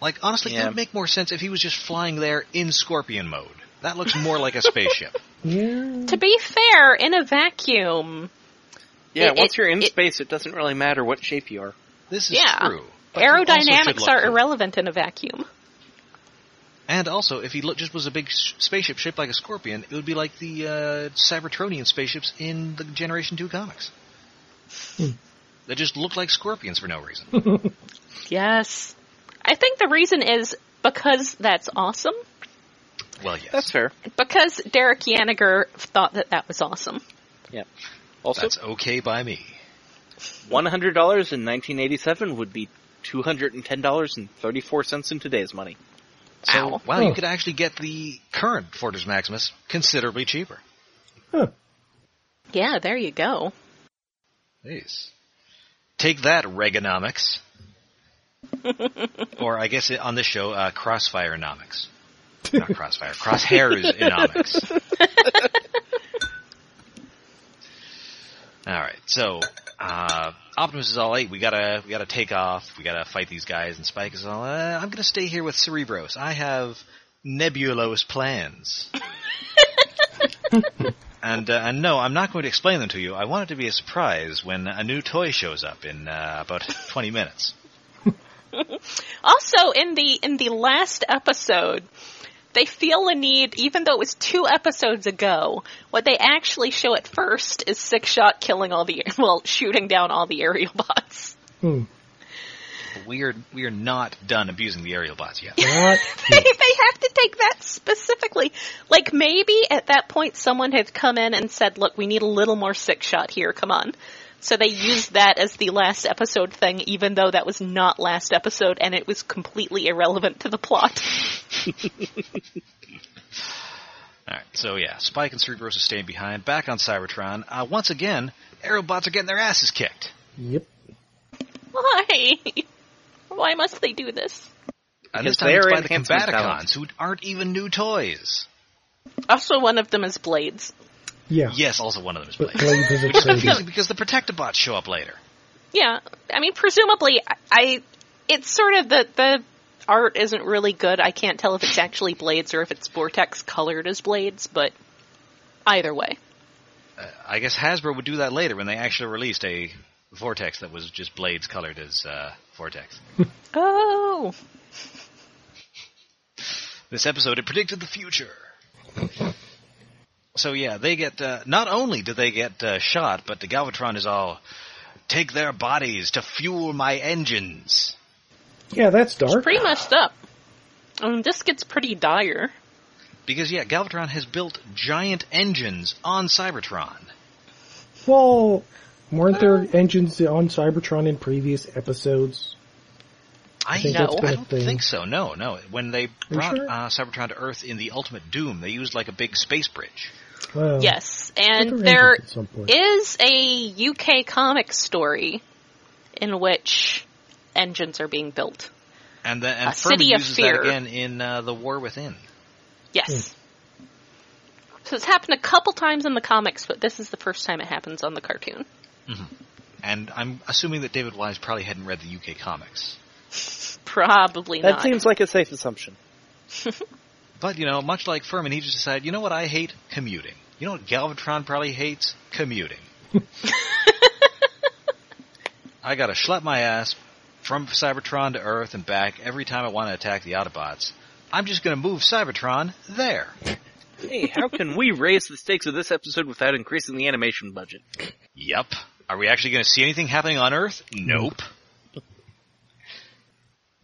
A: Like honestly, it
C: Yeah.
A: would make more sense if he was just flying there in Scorpion mode. That looks more like a spaceship.
D: Yeah.
B: To be fair, in a vacuum,
C: Yeah,
B: It-
C: once
B: it-
C: you're in
B: it-
C: space, it doesn't really matter what shape you are.
A: This is
B: Yeah.
A: true. But you also should
B: aerodynamics
A: look
B: are
A: cool.
B: irrelevant in a vacuum.
A: And also, if he look, just was a big s- spaceship shaped like a scorpion, it would be like the uh, Cybertronian spaceships in the Generation Two comics.
B: Hmm.
A: They just look like scorpions for no reason.
B: Yes, I think the reason is because that's awesome.
A: well, yes,
C: That's fair.
B: Because Derek Yaniger thought that that was awesome.
C: Yeah. Also,
A: that's okay by me.
C: one hundred dollars in nineteen eighty seven would be two hundred and ten dollars and thirty four cents in today's money.
A: So,
B: Ow.
A: wow,
D: Oh.
A: you could actually get the current Fortress Maximus considerably cheaper.
D: Huh.
B: Yeah, there you go.
A: Jeez. Take that, Reaganomics. or I guess it, on this show, uh, Crossfirenomics. Not Crossfire, Crosshairs Enomics. all right, so uh, Optimus is all eight. We gotta, we gotta take off. We gotta fight these guys. And Spike is all, uh, I'm gonna stay here with Cerebros. I have nebulous plans. And, uh, and no, I'm not going to explain them to you. I want it to be a surprise when a new toy shows up in uh, about 20 minutes.
B: Also, in the in the last episode, they feel a need, even though it was two episodes ago. What they actually show at first is Six Shot killing all the well, shooting down all the aerial bots.
D: Hmm.
A: We're we're not done abusing the aerial bots yet.
D: Not
B: they have to take that specifically. Like maybe at that point someone had come in and said, "Look, we need a little more Six Shot here. Come on." So they used that as the last episode thing, even though that was not last episode and it was completely irrelevant to the plot.
A: All right, so yeah, Spike and Cerebros are staying behind, back on Cybertron. Uh, once again, aerial bots are getting their asses kicked.
D: yep.
B: Why? Why must they do this?
A: And
C: Because
A: this time
C: they're
A: it's by the
C: enhancement
A: Combaticons, who aren't even new toys.
B: Also, one of them is Blades.
D: Yeah.
A: Yes, also one of them is
D: But
A: Blade.
D: Blades is a crazy.
A: Confusing because the Protectobots show up later.
B: Yeah, I mean, presumably, I, I it's sort of that the art isn't really good. I can't tell if it's actually Blades or if it's Vortex colored as Blades, but either way,
A: Uh, I guess Hasbro would do that later when they actually released a Vortex that was just blades colored as uh, Vortex.
B: oh,
A: This episode, it predicted the future. so yeah, they get. Uh, not only do they get uh, shot, but the Galvatron is all take their bodies to fuel my engines.
D: Yeah, that's dark.
B: pretty messed up. Um, this gets pretty dire.
A: Because yeah, Galvatron has built giant engines on Cybertron.
D: Well, weren't
B: Um,
D: there engines on Cybertron in previous episodes?
A: I,
D: think
B: that's been
A: I
D: a
A: don't
D: thing.
A: think so. No, no. When they brought
D: sure?
A: uh, Cybertron to Earth in the Ultimate Doom, they used like a big space bridge.
D: Well,
B: Yes,
D: there
B: and
D: were
B: there
D: engines at some point.
B: is a UK comic story in which engines are being built.
A: And then and
B: A
A: Furman
B: city of
A: uses
B: fear.
A: that again in uh, the War Within.
B: Yes. So it's happened a couple times in the comics, but this is the first time it happens on the cartoon.
A: And I'm assuming that David Wise probably hadn't read the UK comics.
B: Probably
E: That
B: not.
E: seems like a safe assumption.
A: But, you know, much like Furman, he just decided, you know what I hate? Commuting. You know what Galvatron probably hates? Commuting. I gotta schlep my ass from Cybertron to Earth and back every time I want to attack the Autobots. I'm just gonna move Cybertron there.
C: Hey, how can we raise the stakes of this episode without increasing the animation budget?
A: Yep. Are we actually gonna see anything happening on Earth? Nope.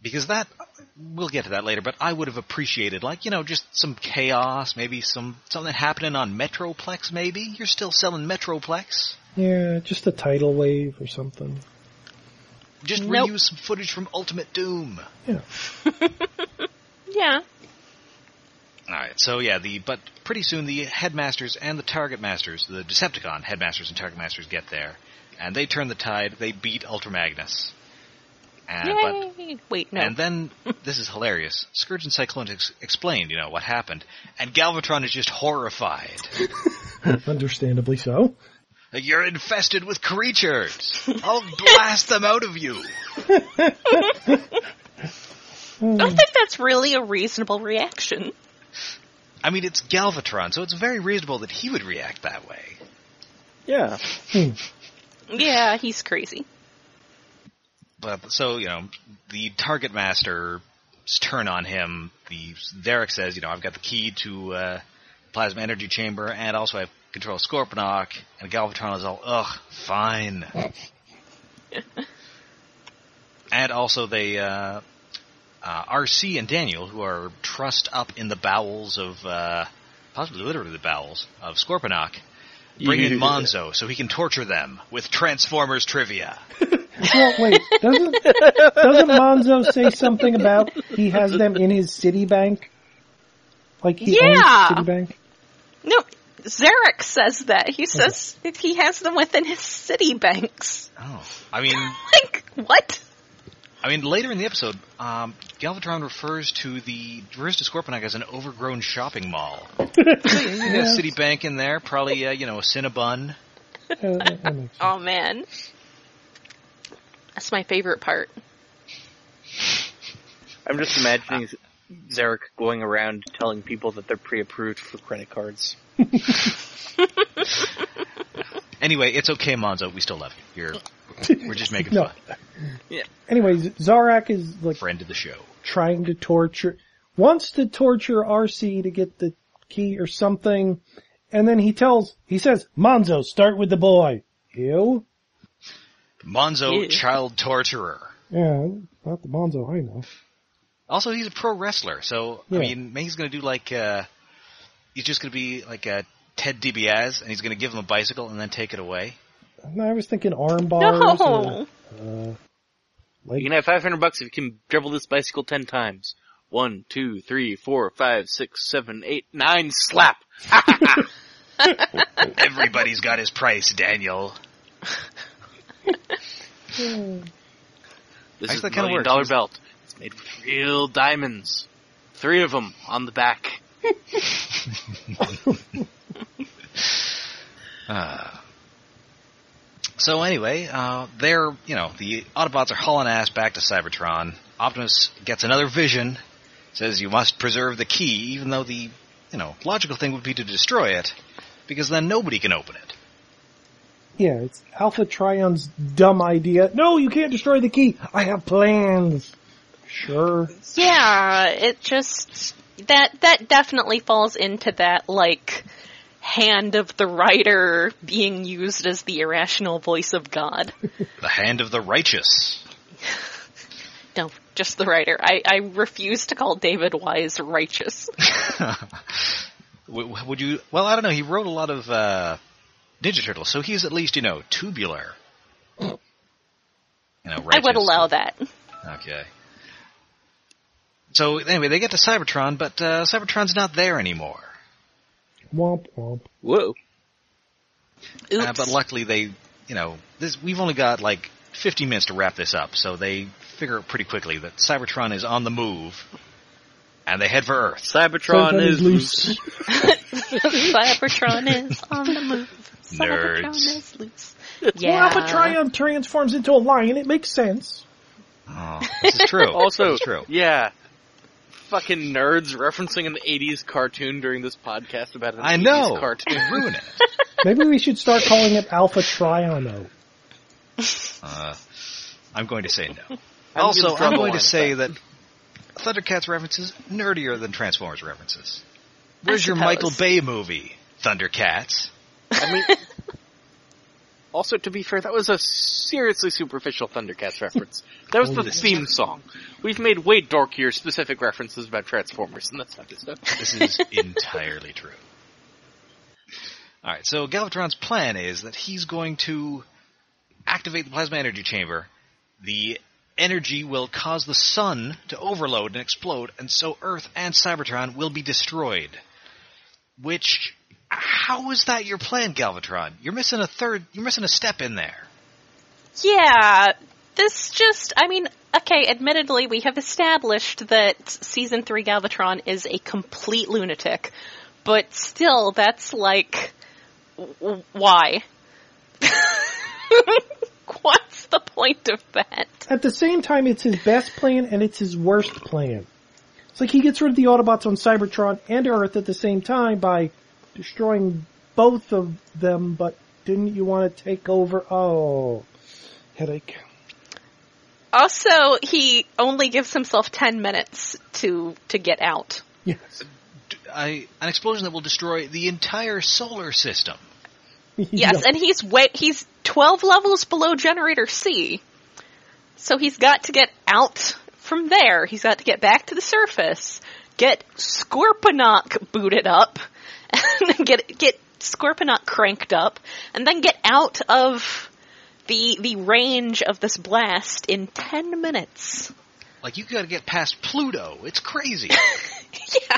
A: Because that, we'll get to that later, but I would have appreciated, like, you know, just some chaos, maybe some, something happening on Metroplex, maybe? You're still selling Metroplex?
D: Yeah, just a tidal wave or something.
A: Just
B: Nope.
A: reuse some footage from Ultimate Doom.
B: yeah.
A: All right. So yeah, the but pretty soon the headmasters and the target masters, the Decepticon headmasters and target masters, get there, and they turn the tide. They beat Ultra Magnus. And, but,
B: Yay! Wait, no.
A: and then this is hilarious. Scourge and Cyclone ex- explained, you know, what happened, and Galvatron is just horrified.
D: Understandably so.
A: Like, You're infested with creatures. I'll blast them out of you.
B: I don't think that's really a reasonable reaction.
A: I mean, it's Galvatron, so it's very reasonable that he would react that way.
E: Yeah.
B: Yeah, he's crazy.
A: but so you know the target master's turn on him the Derek says you know I've got the key to uh, plasma energy chamber and also I have control of Scorponok and Galvatron is all ugh fine and also they uh, uh, RC and Daniel who are trussed up in the bowels of uh, possibly literally the bowels of Scorponok bring in Monzo so he can torture them with Transformers trivia
D: Well, wait, doesn't doesn't Monzo say something about he has them in his Citibank? Like he
B: Yeah.
D: owns Citibank?
B: No, Zarek says that. He says that he has them within his city banks.
A: oh I mean
B: Like, what?
A: I mean, later in the episode, um, Galvatron refers to the refers to Scorponok as an overgrown shopping mall. you got Citibank in there, probably uh, you know a Cinnabon.
D: Uh, that makes sense.
B: Oh man. That's my favorite part.
C: I'm just imagining Zarek going around telling people that they're pre-approved for credit cards.
A: Anyway, it's okay, Monzo. We still love you. You're we're just making
D: No.
A: fun.
D: Anyways, Zarak is like
A: Friend of the show.
D: trying to torture, wants to torture RC to get the key or something, and then he tells, he says, Monzo, start with the boy. Ew.
A: Monzo,
B: Ew.
A: child torturer.
D: Yeah, not the Monzo I know.
A: Also, he's a pro wrestler, so
D: Yeah.
A: I mean, maybe he's going to do like uh, he's just going to be like uh, Ted DiBiase, and he's going to give him a bicycle and then take it away.
D: No, I was thinking arm bars.
B: No.
D: Or, uh,
C: You can have 500 bucks if you can dribble this bicycle 10 times. One, two, three, four, five, six, seven, eight, nine. slap!
A: Everybody's got his price, Daniel.
C: This
A: Actually,
C: is
A: that
C: a
A: kinda
C: million
A: works.
C: dollar belt. It's made with real diamonds. Three of them on the back.
A: Uh, So anyway, uh, they're you know the Autobots are hauling ass back to Cybertron. Optimus gets another vision, says you must preserve the key, even though the you know logical thing would be to destroy it, because then nobody can open it.
D: yeah, it's Alpha Trion's dumb idea. No, you can't destroy the key. I have plans. Sure.
B: Yeah, it just that that definitely falls into that like hand of the writer being used as the irrational voice of God.
A: The hand of the righteous.
B: No, just the writer. I, I refuse to call David Wise righteous.
A: W- w- Would you? Well, I don't know. He wrote a lot of uh, Ninja Turtles, so he's at least you know tubular. You know,
B: I would
A: righteous.
B: allow that.
A: Okay. So anyway, they get to Cybertron, but uh, Cybertron's not there anymore.
D: Womp womp.
C: Whoa.
B: Oops.
A: Uh, but luckily, they you know this. We've only got like 50 minutes to wrap this up, so they figure out pretty quickly that Cybertron is on the move, and they head for Earth.
C: Cybertron
D: Cybertron
C: is
D: is loose.
C: loose.
B: Cybertron is on the move. Cybertron
A: Nerds.
B: is loose. yeah.
D: Well, Alpha transforms into a lion. It makes sense.
A: Oh, this is true.
C: Also,
A: This is true.
C: yeah. Fucking nerds referencing an 80s cartoon during this podcast about an
A: I
C: 80s
A: know.
C: cartoon.
A: You ruin it.
D: Maybe we should start calling it Alpha Triono.
A: Uh, I'm going to say no.
C: I'm
A: also,
C: gonna draw
A: I'm
C: the
A: going
C: line
A: to
C: at
A: say that Thundercats references nerdier than Transformers references. Where's your
B: suppose.
A: Michael Bay movie, Thundercats?
C: I mean, also to be fair, that was a seriously superficial Thundercats reference. That was
D: Oh,
C: the
D: yes.
C: theme song. We've made way dorkier specific references about Transformers, and that's not this stuff.
A: This is entirely true. All right, so Galvatron's plan is that he's going to activate the plasma energy chamber. The energy will cause the sun to overload and explode, and so Earth and Cybertron will be destroyed. Which, how is that your plan, Galvatron? You're missing a third. You're missing a step in there.
B: Yeah, this just, I mean, okay, admittedly, we have established that season three Galvatron is a complete lunatic, but still, that's like, w- w- why? What's the point of that?
D: At the same time, it's his best plan and it's his worst plan. It's like he gets rid of the Autobots on Cybertron and Earth at the same time by destroying both of them, but didn't you want to take over? Oh, headache.
B: Also, he only gives himself 10 minutes to to get out.
D: Yes.
A: D- I- an explosion that will destroy the entire solar system.
B: Yes, and he's wait he's 12 levels below generator C. So he's got to get out from there. He's got to get back to the surface. Get Scorponok booted up and get get Scorponok cranked up and then get out of the the range of this blast in 10 minutes.
A: Like you got to get past Pluto. It's crazy.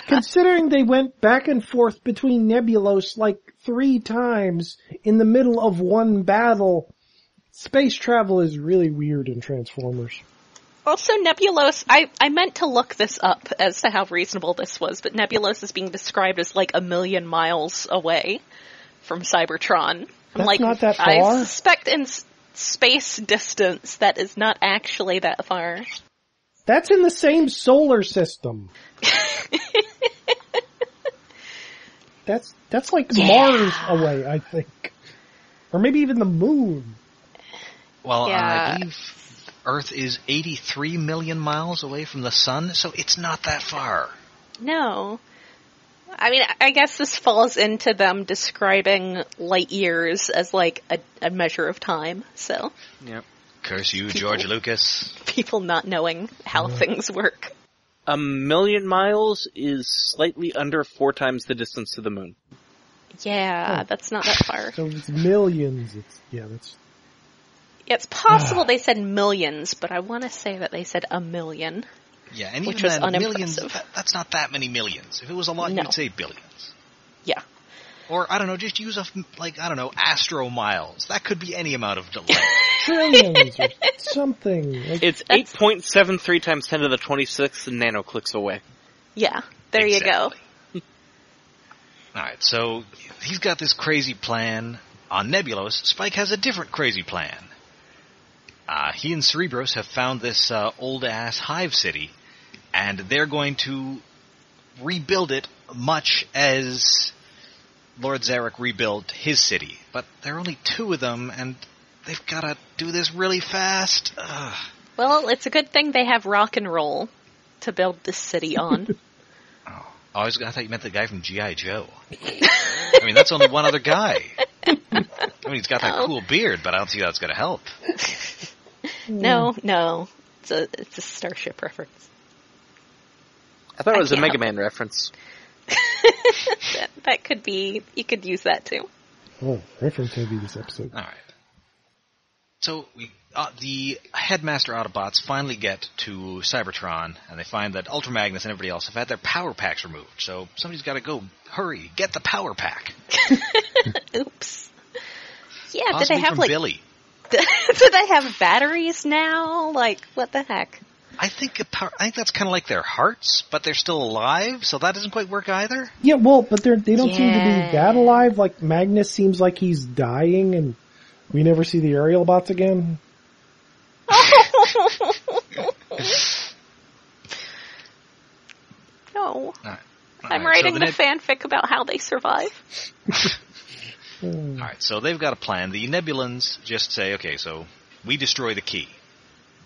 D: Considering they went back and forth between Nebulos like three times in the middle of one battle, space travel is really weird in Transformers.
B: Also, Nebulos, I, I meant to look this up as to how reasonable this was, but Nebulos is being described as like a million miles away from Cybertron. I'm
D: That's
B: like,
D: not that
B: I
D: far.
B: suspect in s- space distance that is not actually that far.
D: That's in the same solar system. that's that's like Mars away, I think. Or maybe even the moon.
A: Well,
B: Yeah.
A: I believe Earth is 83 million miles away from the sun, so it's not that far.
B: No. I mean, I guess this falls into them describing light years as like a, a measure of time, so
A: Curse you, George Lucas.
B: people not knowing how things work.
C: A million miles is slightly under four times the distance to the moon.
B: Yeah, that's not that far.
D: So it's millions. It's yeah, that's
B: It's possible they said millions, but I want to say that they said a million.
A: Yeah, and
B: Which
A: even
B: is
A: then, millions,
B: unimpressive.
A: that, that's not that many millions. If it was a lot,
B: No.
A: you'd say billions.
B: Yeah.
A: Or, I don't know, just use a, f- like, I don't know, astro miles. That could be any amount of delay.
D: trillions or something. Like,
C: It's 8.73 times 10 to the 26 nanoclicks away.
B: Yeah. There you go.
A: Alright, so he's got this crazy plan. On Nebulos, Spike has a different crazy plan. Uh, he and Cerebros have found this uh, old ass hive city, and they're going to rebuild it much as Lord Zarek rebuilt his city. But there are only two of them, and they've got to do this really fast. Ugh.
B: Well, it's a good thing they have rock and roll to build this city on.
A: Oh, I, was, I thought you meant the guy from G.I. Joe. I mean, that's only one other guy. I mean, he's got that
B: No.
A: cool beard, but I don't see how it's going to help.
B: no, no. It's a it's a starship reference.
C: I thought
B: I
C: it was a
B: can't
C: Mega
B: help
C: Man reference.
B: That, that could be you could use that too.
D: oh, reference heavy this episode.
A: All right. So we, uh, the headmaster Autobots finally get to Cybertron, and they find that Ultra Magnus and everybody else have had their power packs removed. So somebody's got to go. Hurry, get the power pack.
B: Oops. Yeah, did
A: Possibly
B: they have
A: from
B: like
A: Billy.
B: did they have batteries now? Like what the heck?
A: I think a power, I think that's kind of like their hearts, but they're still alive, so that doesn't quite work either.
D: Yeah, well, but they're they don't seem to
B: Yeah.
D: be that alive. Like Magnus seems like he's dying and We never see the aerial bots again.
B: no.
A: All right.
B: I'm
A: All right, so
B: writing
A: the
B: the
A: neb-
B: fanfic about how they survive.
D: Hmm.
A: All right, so they've got a plan. The Nebulans just say, okay, so we destroy the key.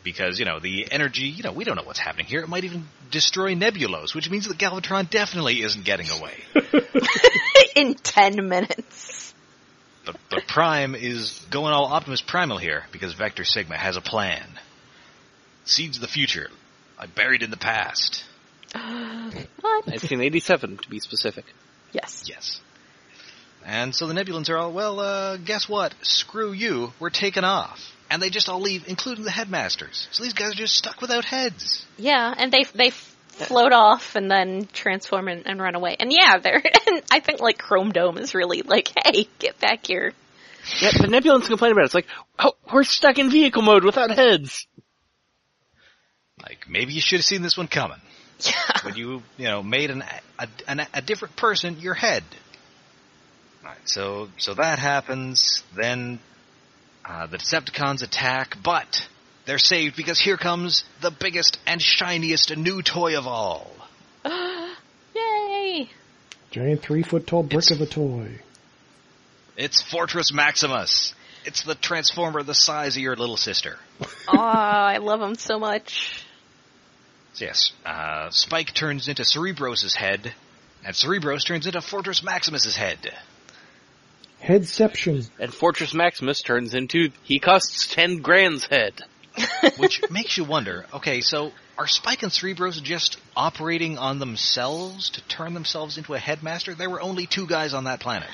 A: Because, you know, the energy, you know, we don't know what's happening here. It might even destroy Nebulos, which means that Galvatron definitely isn't getting away.
B: In 10 minutes.
A: But, but Prime is going all Optimus Primal here because Vector Sigma has a plan. Seeds of the future, uh, buried in the past.
B: What?
E: 1987, to be specific.
B: Yes.
A: Yes. And so the Nebulans are all, well, uh, guess what? Screw you, we're taking off. And they just all leave, including the headmasters. So these guys are just stuck without heads.
B: Yeah, and they they float off and then transform and, and run away. And yeah, they're and I think like Chrome Dome is really like, hey, get back here.
C: Yeah, the Nebulans complain about it. It's like, oh, we're stuck in vehicle mode without heads.
A: Like maybe you should have seen this one coming.
B: Yeah.
A: When you you know made an a, an, a different person your head. All right, so so that happens. Then uh, the Decepticons attack, but they're saved because here comes the biggest and shiniest new toy of all.
B: Yay!
D: Giant three foot tall brick
A: It's-
D: of a toy.
A: It's Fortress Maximus. It's the transformer the size of your little sister.
B: Aw, I love them so much.
A: So yes, uh, Spike turns into Cerebros's head, and Cerebros turns into Fortress Maximus's head.
D: Headception.
C: And Fortress Maximus turns into, he costs ten grand's head.
A: Which makes you wonder, okay, so are Spike and Cerebros just operating on themselves to turn themselves into a headmaster? There were only two guys on that planet.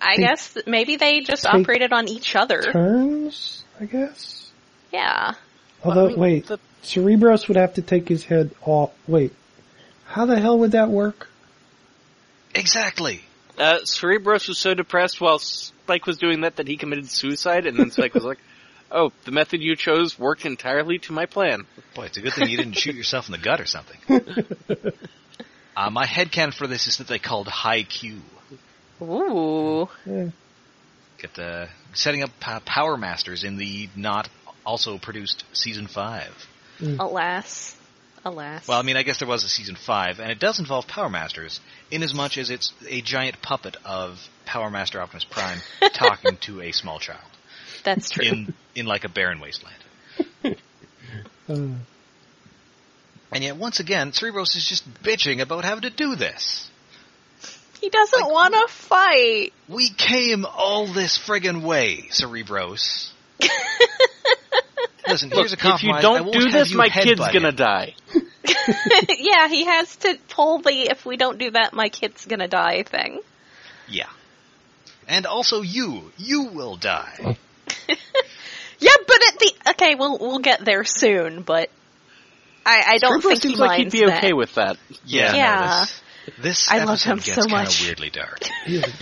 B: I
D: They-
B: guess that maybe they just
D: They-
B: operated on each other.
D: Turns, I guess.
B: Yeah.
D: Although,
C: I mean,
D: wait,
C: the-
D: Cerebros would have to take his head off. Wait, how the hell would that work?
A: Exactly.
C: Uh, Cerebros was so depressed while Spike was doing that that he committed suicide, and then Spike was like, oh, the method you chose worked entirely to my plan.
A: Boy, it's a good thing you didn't shoot yourself in the gut or something. uh, my headcanon for this is that they called High Q.
B: Ooh.
D: Yeah.
A: Get the, setting up uh, Power Masters in the not also produced season five.
B: Alas. Alas.
A: Well, I mean, I guess there was a season five, and it does involve Power Masters, in as much as it's a giant puppet of Power Master Optimus Prime talking to a small child
B: That's true.
A: in in like a barren wasteland.
D: Uh,
A: And yet, once again, Cerebros is just bitching about having to do this.
B: he doesn't want to fight.
A: We came all this friggin' way, Cerebros. Listen,
C: Look,
A: here's a
C: if you
A: compromise. I
C: don't
A: won't
C: do
A: have
C: this,
A: you
C: my kid's
A: headbutt
C: gonna
A: him.
C: die.
B: yeah, he has to pull the if we don't do that, my kid's gonna die thing.
A: Yeah. And also you. You will die.
B: Yeah, but at the okay, we'll we'll get there soon. But I, I don't
C: Cerebros
B: think
C: seems
B: he
C: like he'd
B: minds
C: be
B: that.
C: okay with that.
A: Yeah. no,
B: Yeah.
A: this this
B: I love
A: episode
B: him so
A: gets kinda
B: much.
A: weirdly dark.
D: really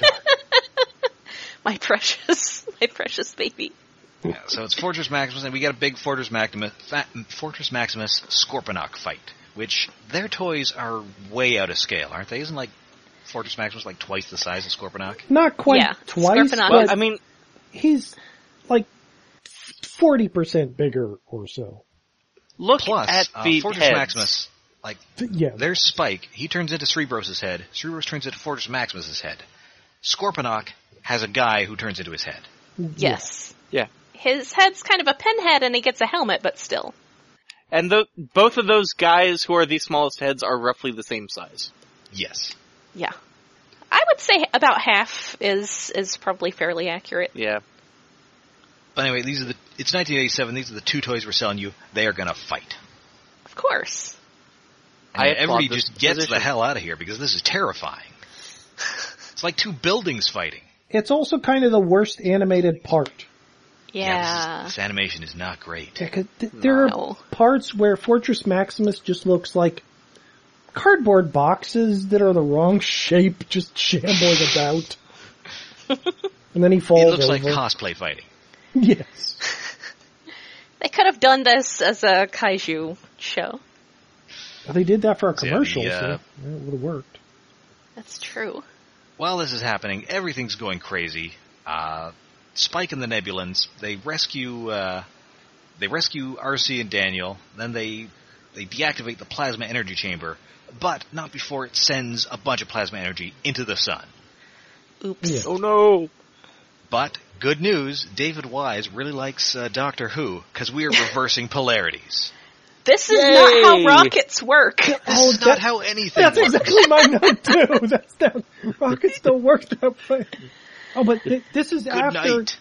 B: my precious, my precious baby.
A: Yeah, so it's Fortress Maximus, and we got a big Fortress Maximus, Fa- Fortress Maximus Scorponok fight, which their toys are way out of scale, aren't they? Isn't like Fortress Maximus like twice the size of Scorponok?
D: Not quite
B: Yeah,
D: twice,
B: Scorponok
D: but
B: is-
C: I mean,
D: he's like forty percent bigger or so.
C: look
A: Plus,
C: at
A: uh,
C: the
A: Fortress
C: heads.
A: Maximus, like
D: Th- Yeah,
A: there's Spike, he turns into Cerebros's head. Cerebros turns into Fortress Maximus's head. Scorponok has a guy who turns into his head.
B: Yes.
C: Yeah.
B: His head's kind of a pinhead, and he gets a helmet, but still.
C: And tho- both of those guys who are the smallest heads are roughly the same size.
A: Yes.
B: Yeah. I would say about half is is probably fairly accurate.
C: Yeah.
A: But anyway, these are the. It's 1987. These are the two toys we're selling you. They are gonna fight.
B: Of course.
A: And
C: I
A: then
C: applaud
A: everybody
C: this
A: just gets the
C: position.
A: hell out of here because this is terrifying. it's like two buildings fighting.
D: it's also kind of the worst animated part.
A: Yeah,
B: Yeah.
A: this, is- this animation is not great.
D: Yeah, 'cause th- there are
B: No.
D: parts where Fortress Maximus just looks like cardboard boxes that are the wrong shape, just shambling about. and then he falls
A: It looks
D: over.
A: like cosplay fighting.
D: yes.
B: They could have done this as a kaiju show.
D: Well, they did that for a
A: Yeah, the,
D: commercial,
A: uh,
D: so it would have worked.
B: That's true.
A: While this is happening, everything's going crazy. Uh, Spike and the Nebulans. They rescue uh, they rescue RC and Daniel. Then they they deactivate the plasma energy chamber, but not before it sends a bunch of plasma energy into the sun.
B: Oops.
D: Yeah.
C: Oh no!
A: But good news, David Wise really likes uh, Doctor Who because we are reversing polarities.
B: This is not how
C: Yay.
B: rockets work.
A: This
D: Oh,
A: is not
D: that-
A: how anything
D: That's
A: works.
D: exactly my note too. That's that rockets don't work that way. Oh, but th- this is
A: Good
D: after
A: night.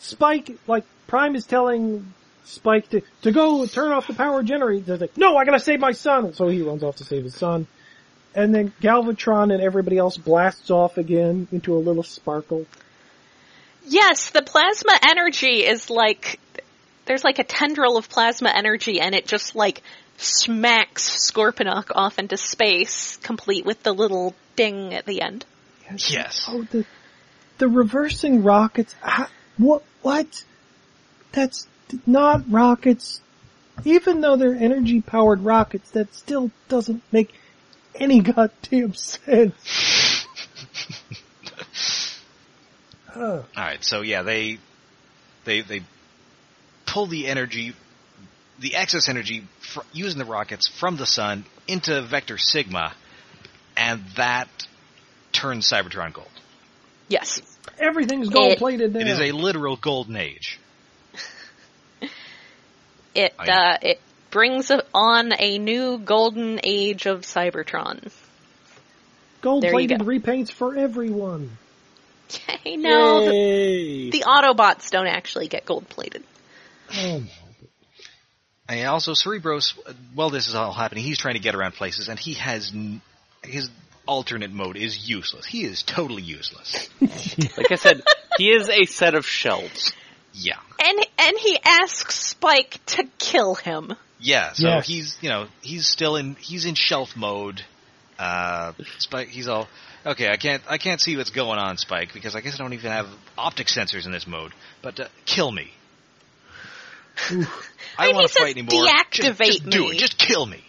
D: Spike, like Prime is telling Spike to, to go turn off the power generator. They're like, no, I gotta save my son. And so he runs off to save his son. And then Galvatron and everybody else blasts off again into a little sparkle.
B: Yes, the plasma energy is like there's like a tendril of plasma energy and it just like smacks Scorponok off into space, complete with the little ding at the end.
A: Yes.
D: Oh, the, the reversing rockets. Ah, what, what? That's not rockets. Even though they're energy powered rockets, that still doesn't make any goddamn sense. Huh.
A: All right, so yeah, they they they pull the energy, the excess energy fr- using the rockets from the sun into Vector Sigma, and that turns Cybertron gold.
B: Yes.
D: Everything's gold plated now.
A: It is a literal golden age.
B: It
A: Oh, yeah.
B: uh it brings on a new golden age of Cybertron.
D: gold
B: there you
D: plated
B: go.
D: repaints for everyone.
B: Yay, no, the,
C: Yay.
B: the Autobots don't actually get gold plated.
D: Oh my.
A: And also Cerebros, while this is all happening, he's trying to get around places, and he has n- his alternate mode is useless. He is totally useless.
C: like I said, he is a set of shells.
A: Yeah.
B: And and he asks Spike to kill him.
A: Yeah, so
D: Yes.
A: he's you know he's still in he's in shelf mode. Uh, Spike, he's all okay. I can't I can't see what's going on, Spike, because I guess I don't even have optic sensors in this mode. But uh, kill me. I
B: mean,
A: don't want
B: he
A: to
B: says
A: fight anymore. Just-
B: deactivate
A: just do
B: me.
A: it. Just kill me.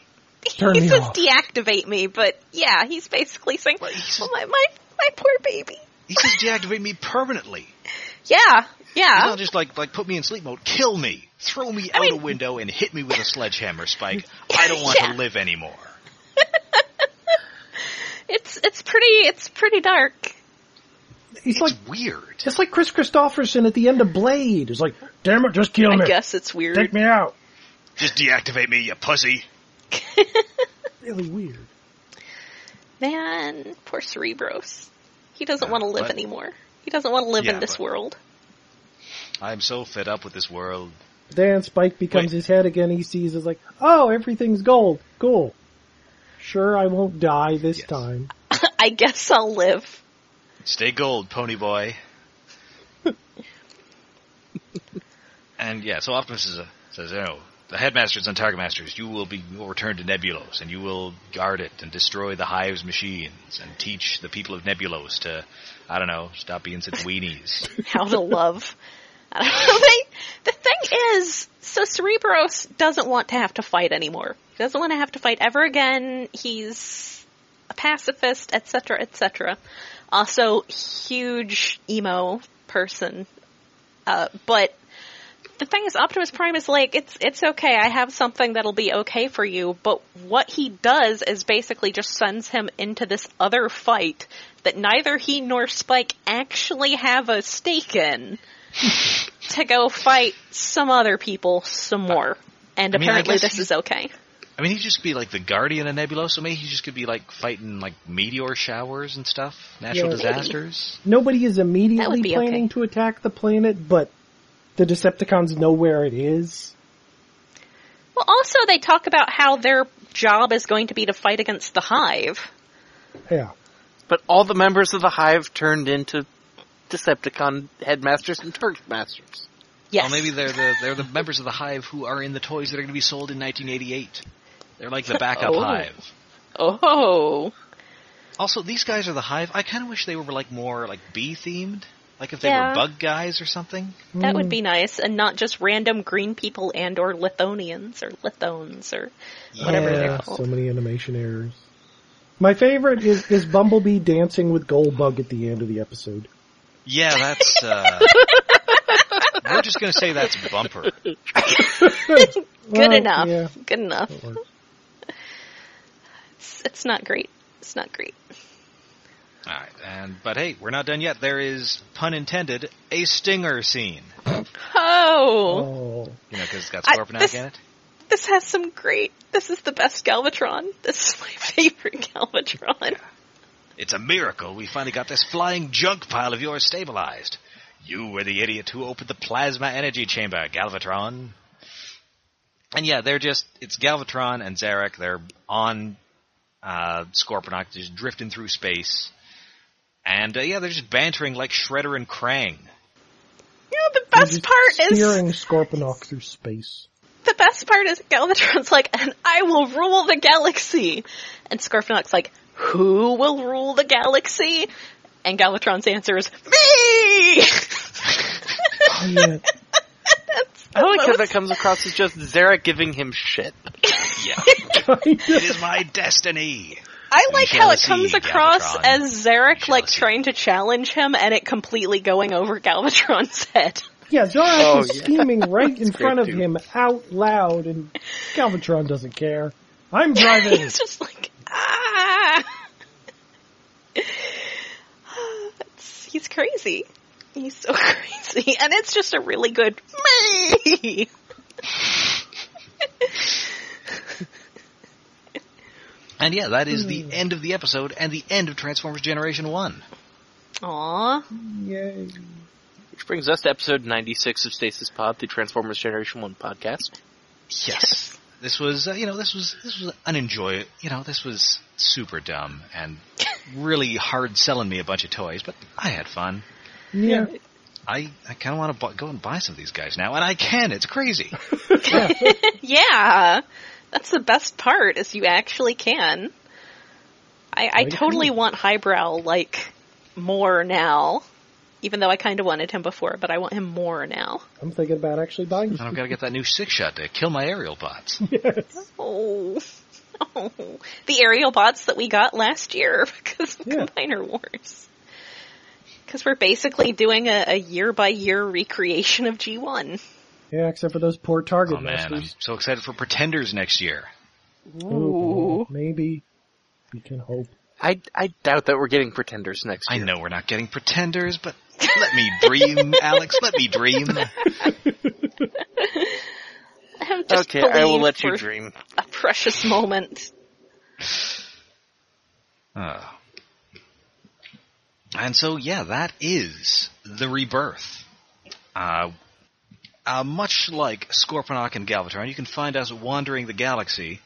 D: Turn
B: he
D: me
B: says
D: off.
B: deactivate me, but yeah, he's basically saying,
A: Well, he's-
B: "Well, my, my my poor baby."
A: He says deactivate me permanently.
B: Yeah,
A: He's
B: yeah.
A: not just like like put me in sleep mode. Kill me. Throw me
B: I
A: out
B: mean-
A: a window and hit me with a sledgehammer, Spike. I don't want
B: Yeah.
A: to live anymore.
B: It's it's pretty it's pretty dark.
D: He's like
A: it's weird.
D: it's like Chris Christopherson at the end of Blade. It's like, damn it, just kill
B: I
D: me.
B: guess it's weird.
D: Take me out.
A: Just deactivate me, you pussy.
D: Really weird.
B: Man, poor Cerebros. He doesn't
A: Yeah,
B: want to live
A: but-
B: anymore. He doesn't want to live in
A: Yeah,
B: this
A: but-
B: world.
A: I'm so fed up with this world.
D: Then Spike becomes
A: Wait.
D: his head again. He sees is like, oh, everything's gold. Cool. Sure, I won't die this
A: Yes.
D: time.
B: I guess I'll live.
A: Stay gold, pony boy. and yeah, so Optimus is a, says, "Oh, the headmasters and target masters, you will be you will return to Nebulos, and you will guard it and destroy the hive's machines, and teach the people of Nebulos to, I don't know, stop being such weenies."
B: How to love. I don't know. They, the thing is, so Cerebros doesn't want to have to fight anymore. He doesn't want to have to fight ever again. He's a pacifist, etc., etc. Also, huge emo person. Uh, but the thing is, Optimus Prime is like, it's it's okay. I have something that'll be okay for you. But what he does is basically just sends him into this other fight that neither he nor Spike actually have a stake in to go fight some other people some more. And
A: I mean, I
B: apparently,
A: guess
B: this
A: he-
B: is okay.
A: I mean, he'd just be like the guardian of Nebulos, so maybe he just could be like fighting like meteor showers and stuff, natural
D: Yeah.
A: disasters.
D: Nobody is immediately
B: be
D: planning
B: okay.
D: to attack the planet, but the Decepticons know where it is.
B: Well, also they talk about how their job is going to be to fight against the Hive.
D: Yeah.
C: But all the members of the hive turned into Decepticon headmasters and target masters.
B: Yes.
A: Well, maybe they're the they're the members of the hive who are in the toys that are going to be sold in 1988. They're like the backup
B: Oh.
A: hive.
B: Oh,
A: Also, these guys are the hive. I kind of wish they were like more like bee themed. Like if they
B: Yeah.
A: were bug guys or something.
B: that
D: Mm.
B: would be nice, and not just random green people and or Lithonians or Lithones or
A: Mm.
B: whatever
D: Yeah,
B: they're
D: So
B: called.
D: many animation errors. My favorite is, is Bumblebee dancing with Goldbug at the end of the episode.
A: Yeah, that's uh, We're just going to say that's Bumper.
B: Good
D: Well,
B: enough.
D: yeah.
B: Good enough.
D: works.
B: It's, it's not great. It's not great.
A: All right, and but hey, we're not done yet. There is pun intended a stinger scene.
B: Oh,
D: Oh.
A: You know, because it's got
B: I-
A: Scorpionak
B: this-
A: in it.
B: this has some great. This is the best Galvatron. This is my favorite Galvatron.
A: It's a miracle we finally got this flying junk pile of yours stabilized. You were the idiot who opened the plasma energy chamber, Galvatron. And yeah, they're just, it's Galvatron and Zarek. They're on uh, Scorponok, just drifting through space. And uh, yeah, they're just bantering like Shredder and Krang.
B: You know, the best
D: Just
B: part is
D: steering Scorponok through space.
B: the best part is Galvatron's like, and I will rule the galaxy. And Scorponok's like, who will rule the galaxy? And Galvatron's answer is me.
D: Oh, yeah.
C: I like how
B: most-
C: that comes across as just Zarek giving him shit.
A: Yeah,
D: Kinda.
A: it is my destiny.
B: I like
A: shall
B: how it
A: see,
B: comes across
A: Galvatron.
B: as Zarek
A: shall
B: like
A: see.
B: trying to challenge him and it completely going over Galvatron's head.
D: Yeah, Zarek
C: Oh,
D: is
C: yeah.
D: scheming right in
C: That's
D: front of
C: great, too.
D: him out loud, and Galvatron doesn't care. I'm driving.
B: He's just like, ah. That's- he's crazy. He's so crazy. And it's just a really good me.
A: And yeah, that is
B: Hmm.
A: the end of the episode and the end of Transformers Generation 1.
B: Aw.
D: Yay.
C: Which brings us to episode 96 of Stasis Pod, the Transformers Generation 1 podcast.
A: Yes. This was, uh, you know, this was this was unenjoy. You know, this was super dumb and really hard selling me a bunch of toys, but I had fun.
D: Yeah.
A: I, I kind of want to bu- go and buy some of these guys now, and I can. It's crazy.
B: Yeah. That's the best part is you actually can. I, I
D: Very
B: totally
D: cool.
B: want Highbrow like more now. Even though I kind of wanted him before, but I want him more now.
D: I'm thinking about actually buying.
A: And I've got to get that new six shot to kill my aerial bots.
B: Oh. oh. The aerial bots that we got last year because of
D: Yeah.
B: Combiner Wars. Because we're basically doing a, a year by year recreation of G1.
D: Yeah, except for those poor target
A: Oh man, I'm
D: masters.
A: so excited for Pretenders next year.
D: Ooh, Oh, maybe we can hope.
C: I, I doubt that we're getting pretenders next
A: I
C: year.
A: know we're not getting Pretenders, but let me dream, Alex. Let me dream.
B: I'm just
C: okay, I will
B: believe
C: let
B: for
C: you dream.
B: A precious moment.
A: Oh. And so, yeah, that is the rebirth. Uh, uh, much like Scorponok and Galvatron, you can find us wandering the galaxy.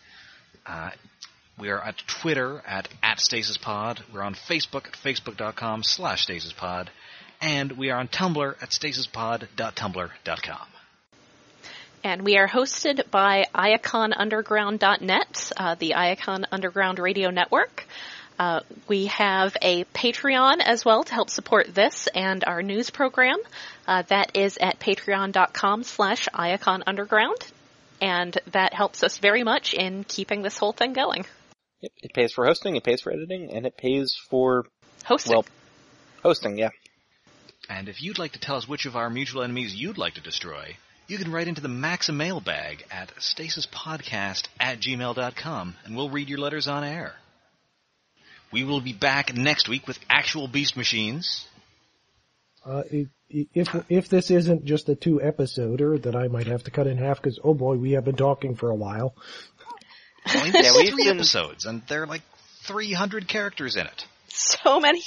A: Uh, we are at Twitter at, at StasisPod. We're on Facebook at facebook.com slash StasisPod. And we are on Tumblr at stasispod.tumblr.com.
B: And we are hosted by iaconunderground.net, uh, the Iacon Underground Radio Network. Uh, we have a Patreon as well to help support this and our news program. Uh, that is at patreon.com slash iaconunderground. And that helps us very much in keeping this whole thing going.
C: Yep, it pays for hosting, it pays for editing, and it pays for,
B: Hosting.
C: well, hosting, yeah.
A: And if you'd like to tell us which of our mutual enemies you'd like to destroy, you can write into the Maxa mailbag at stasispodcast at gmail.com, and we'll read your letters on air. We will be back next week with actual beast machines.
D: Uh, i- i- if if this isn't just a two episoder that I might have to cut in half because oh boy we have been talking for a while.
A: I mean, there's
C: we've
A: three
C: been-
A: episodes, and there are like 300 characters in it.
B: so many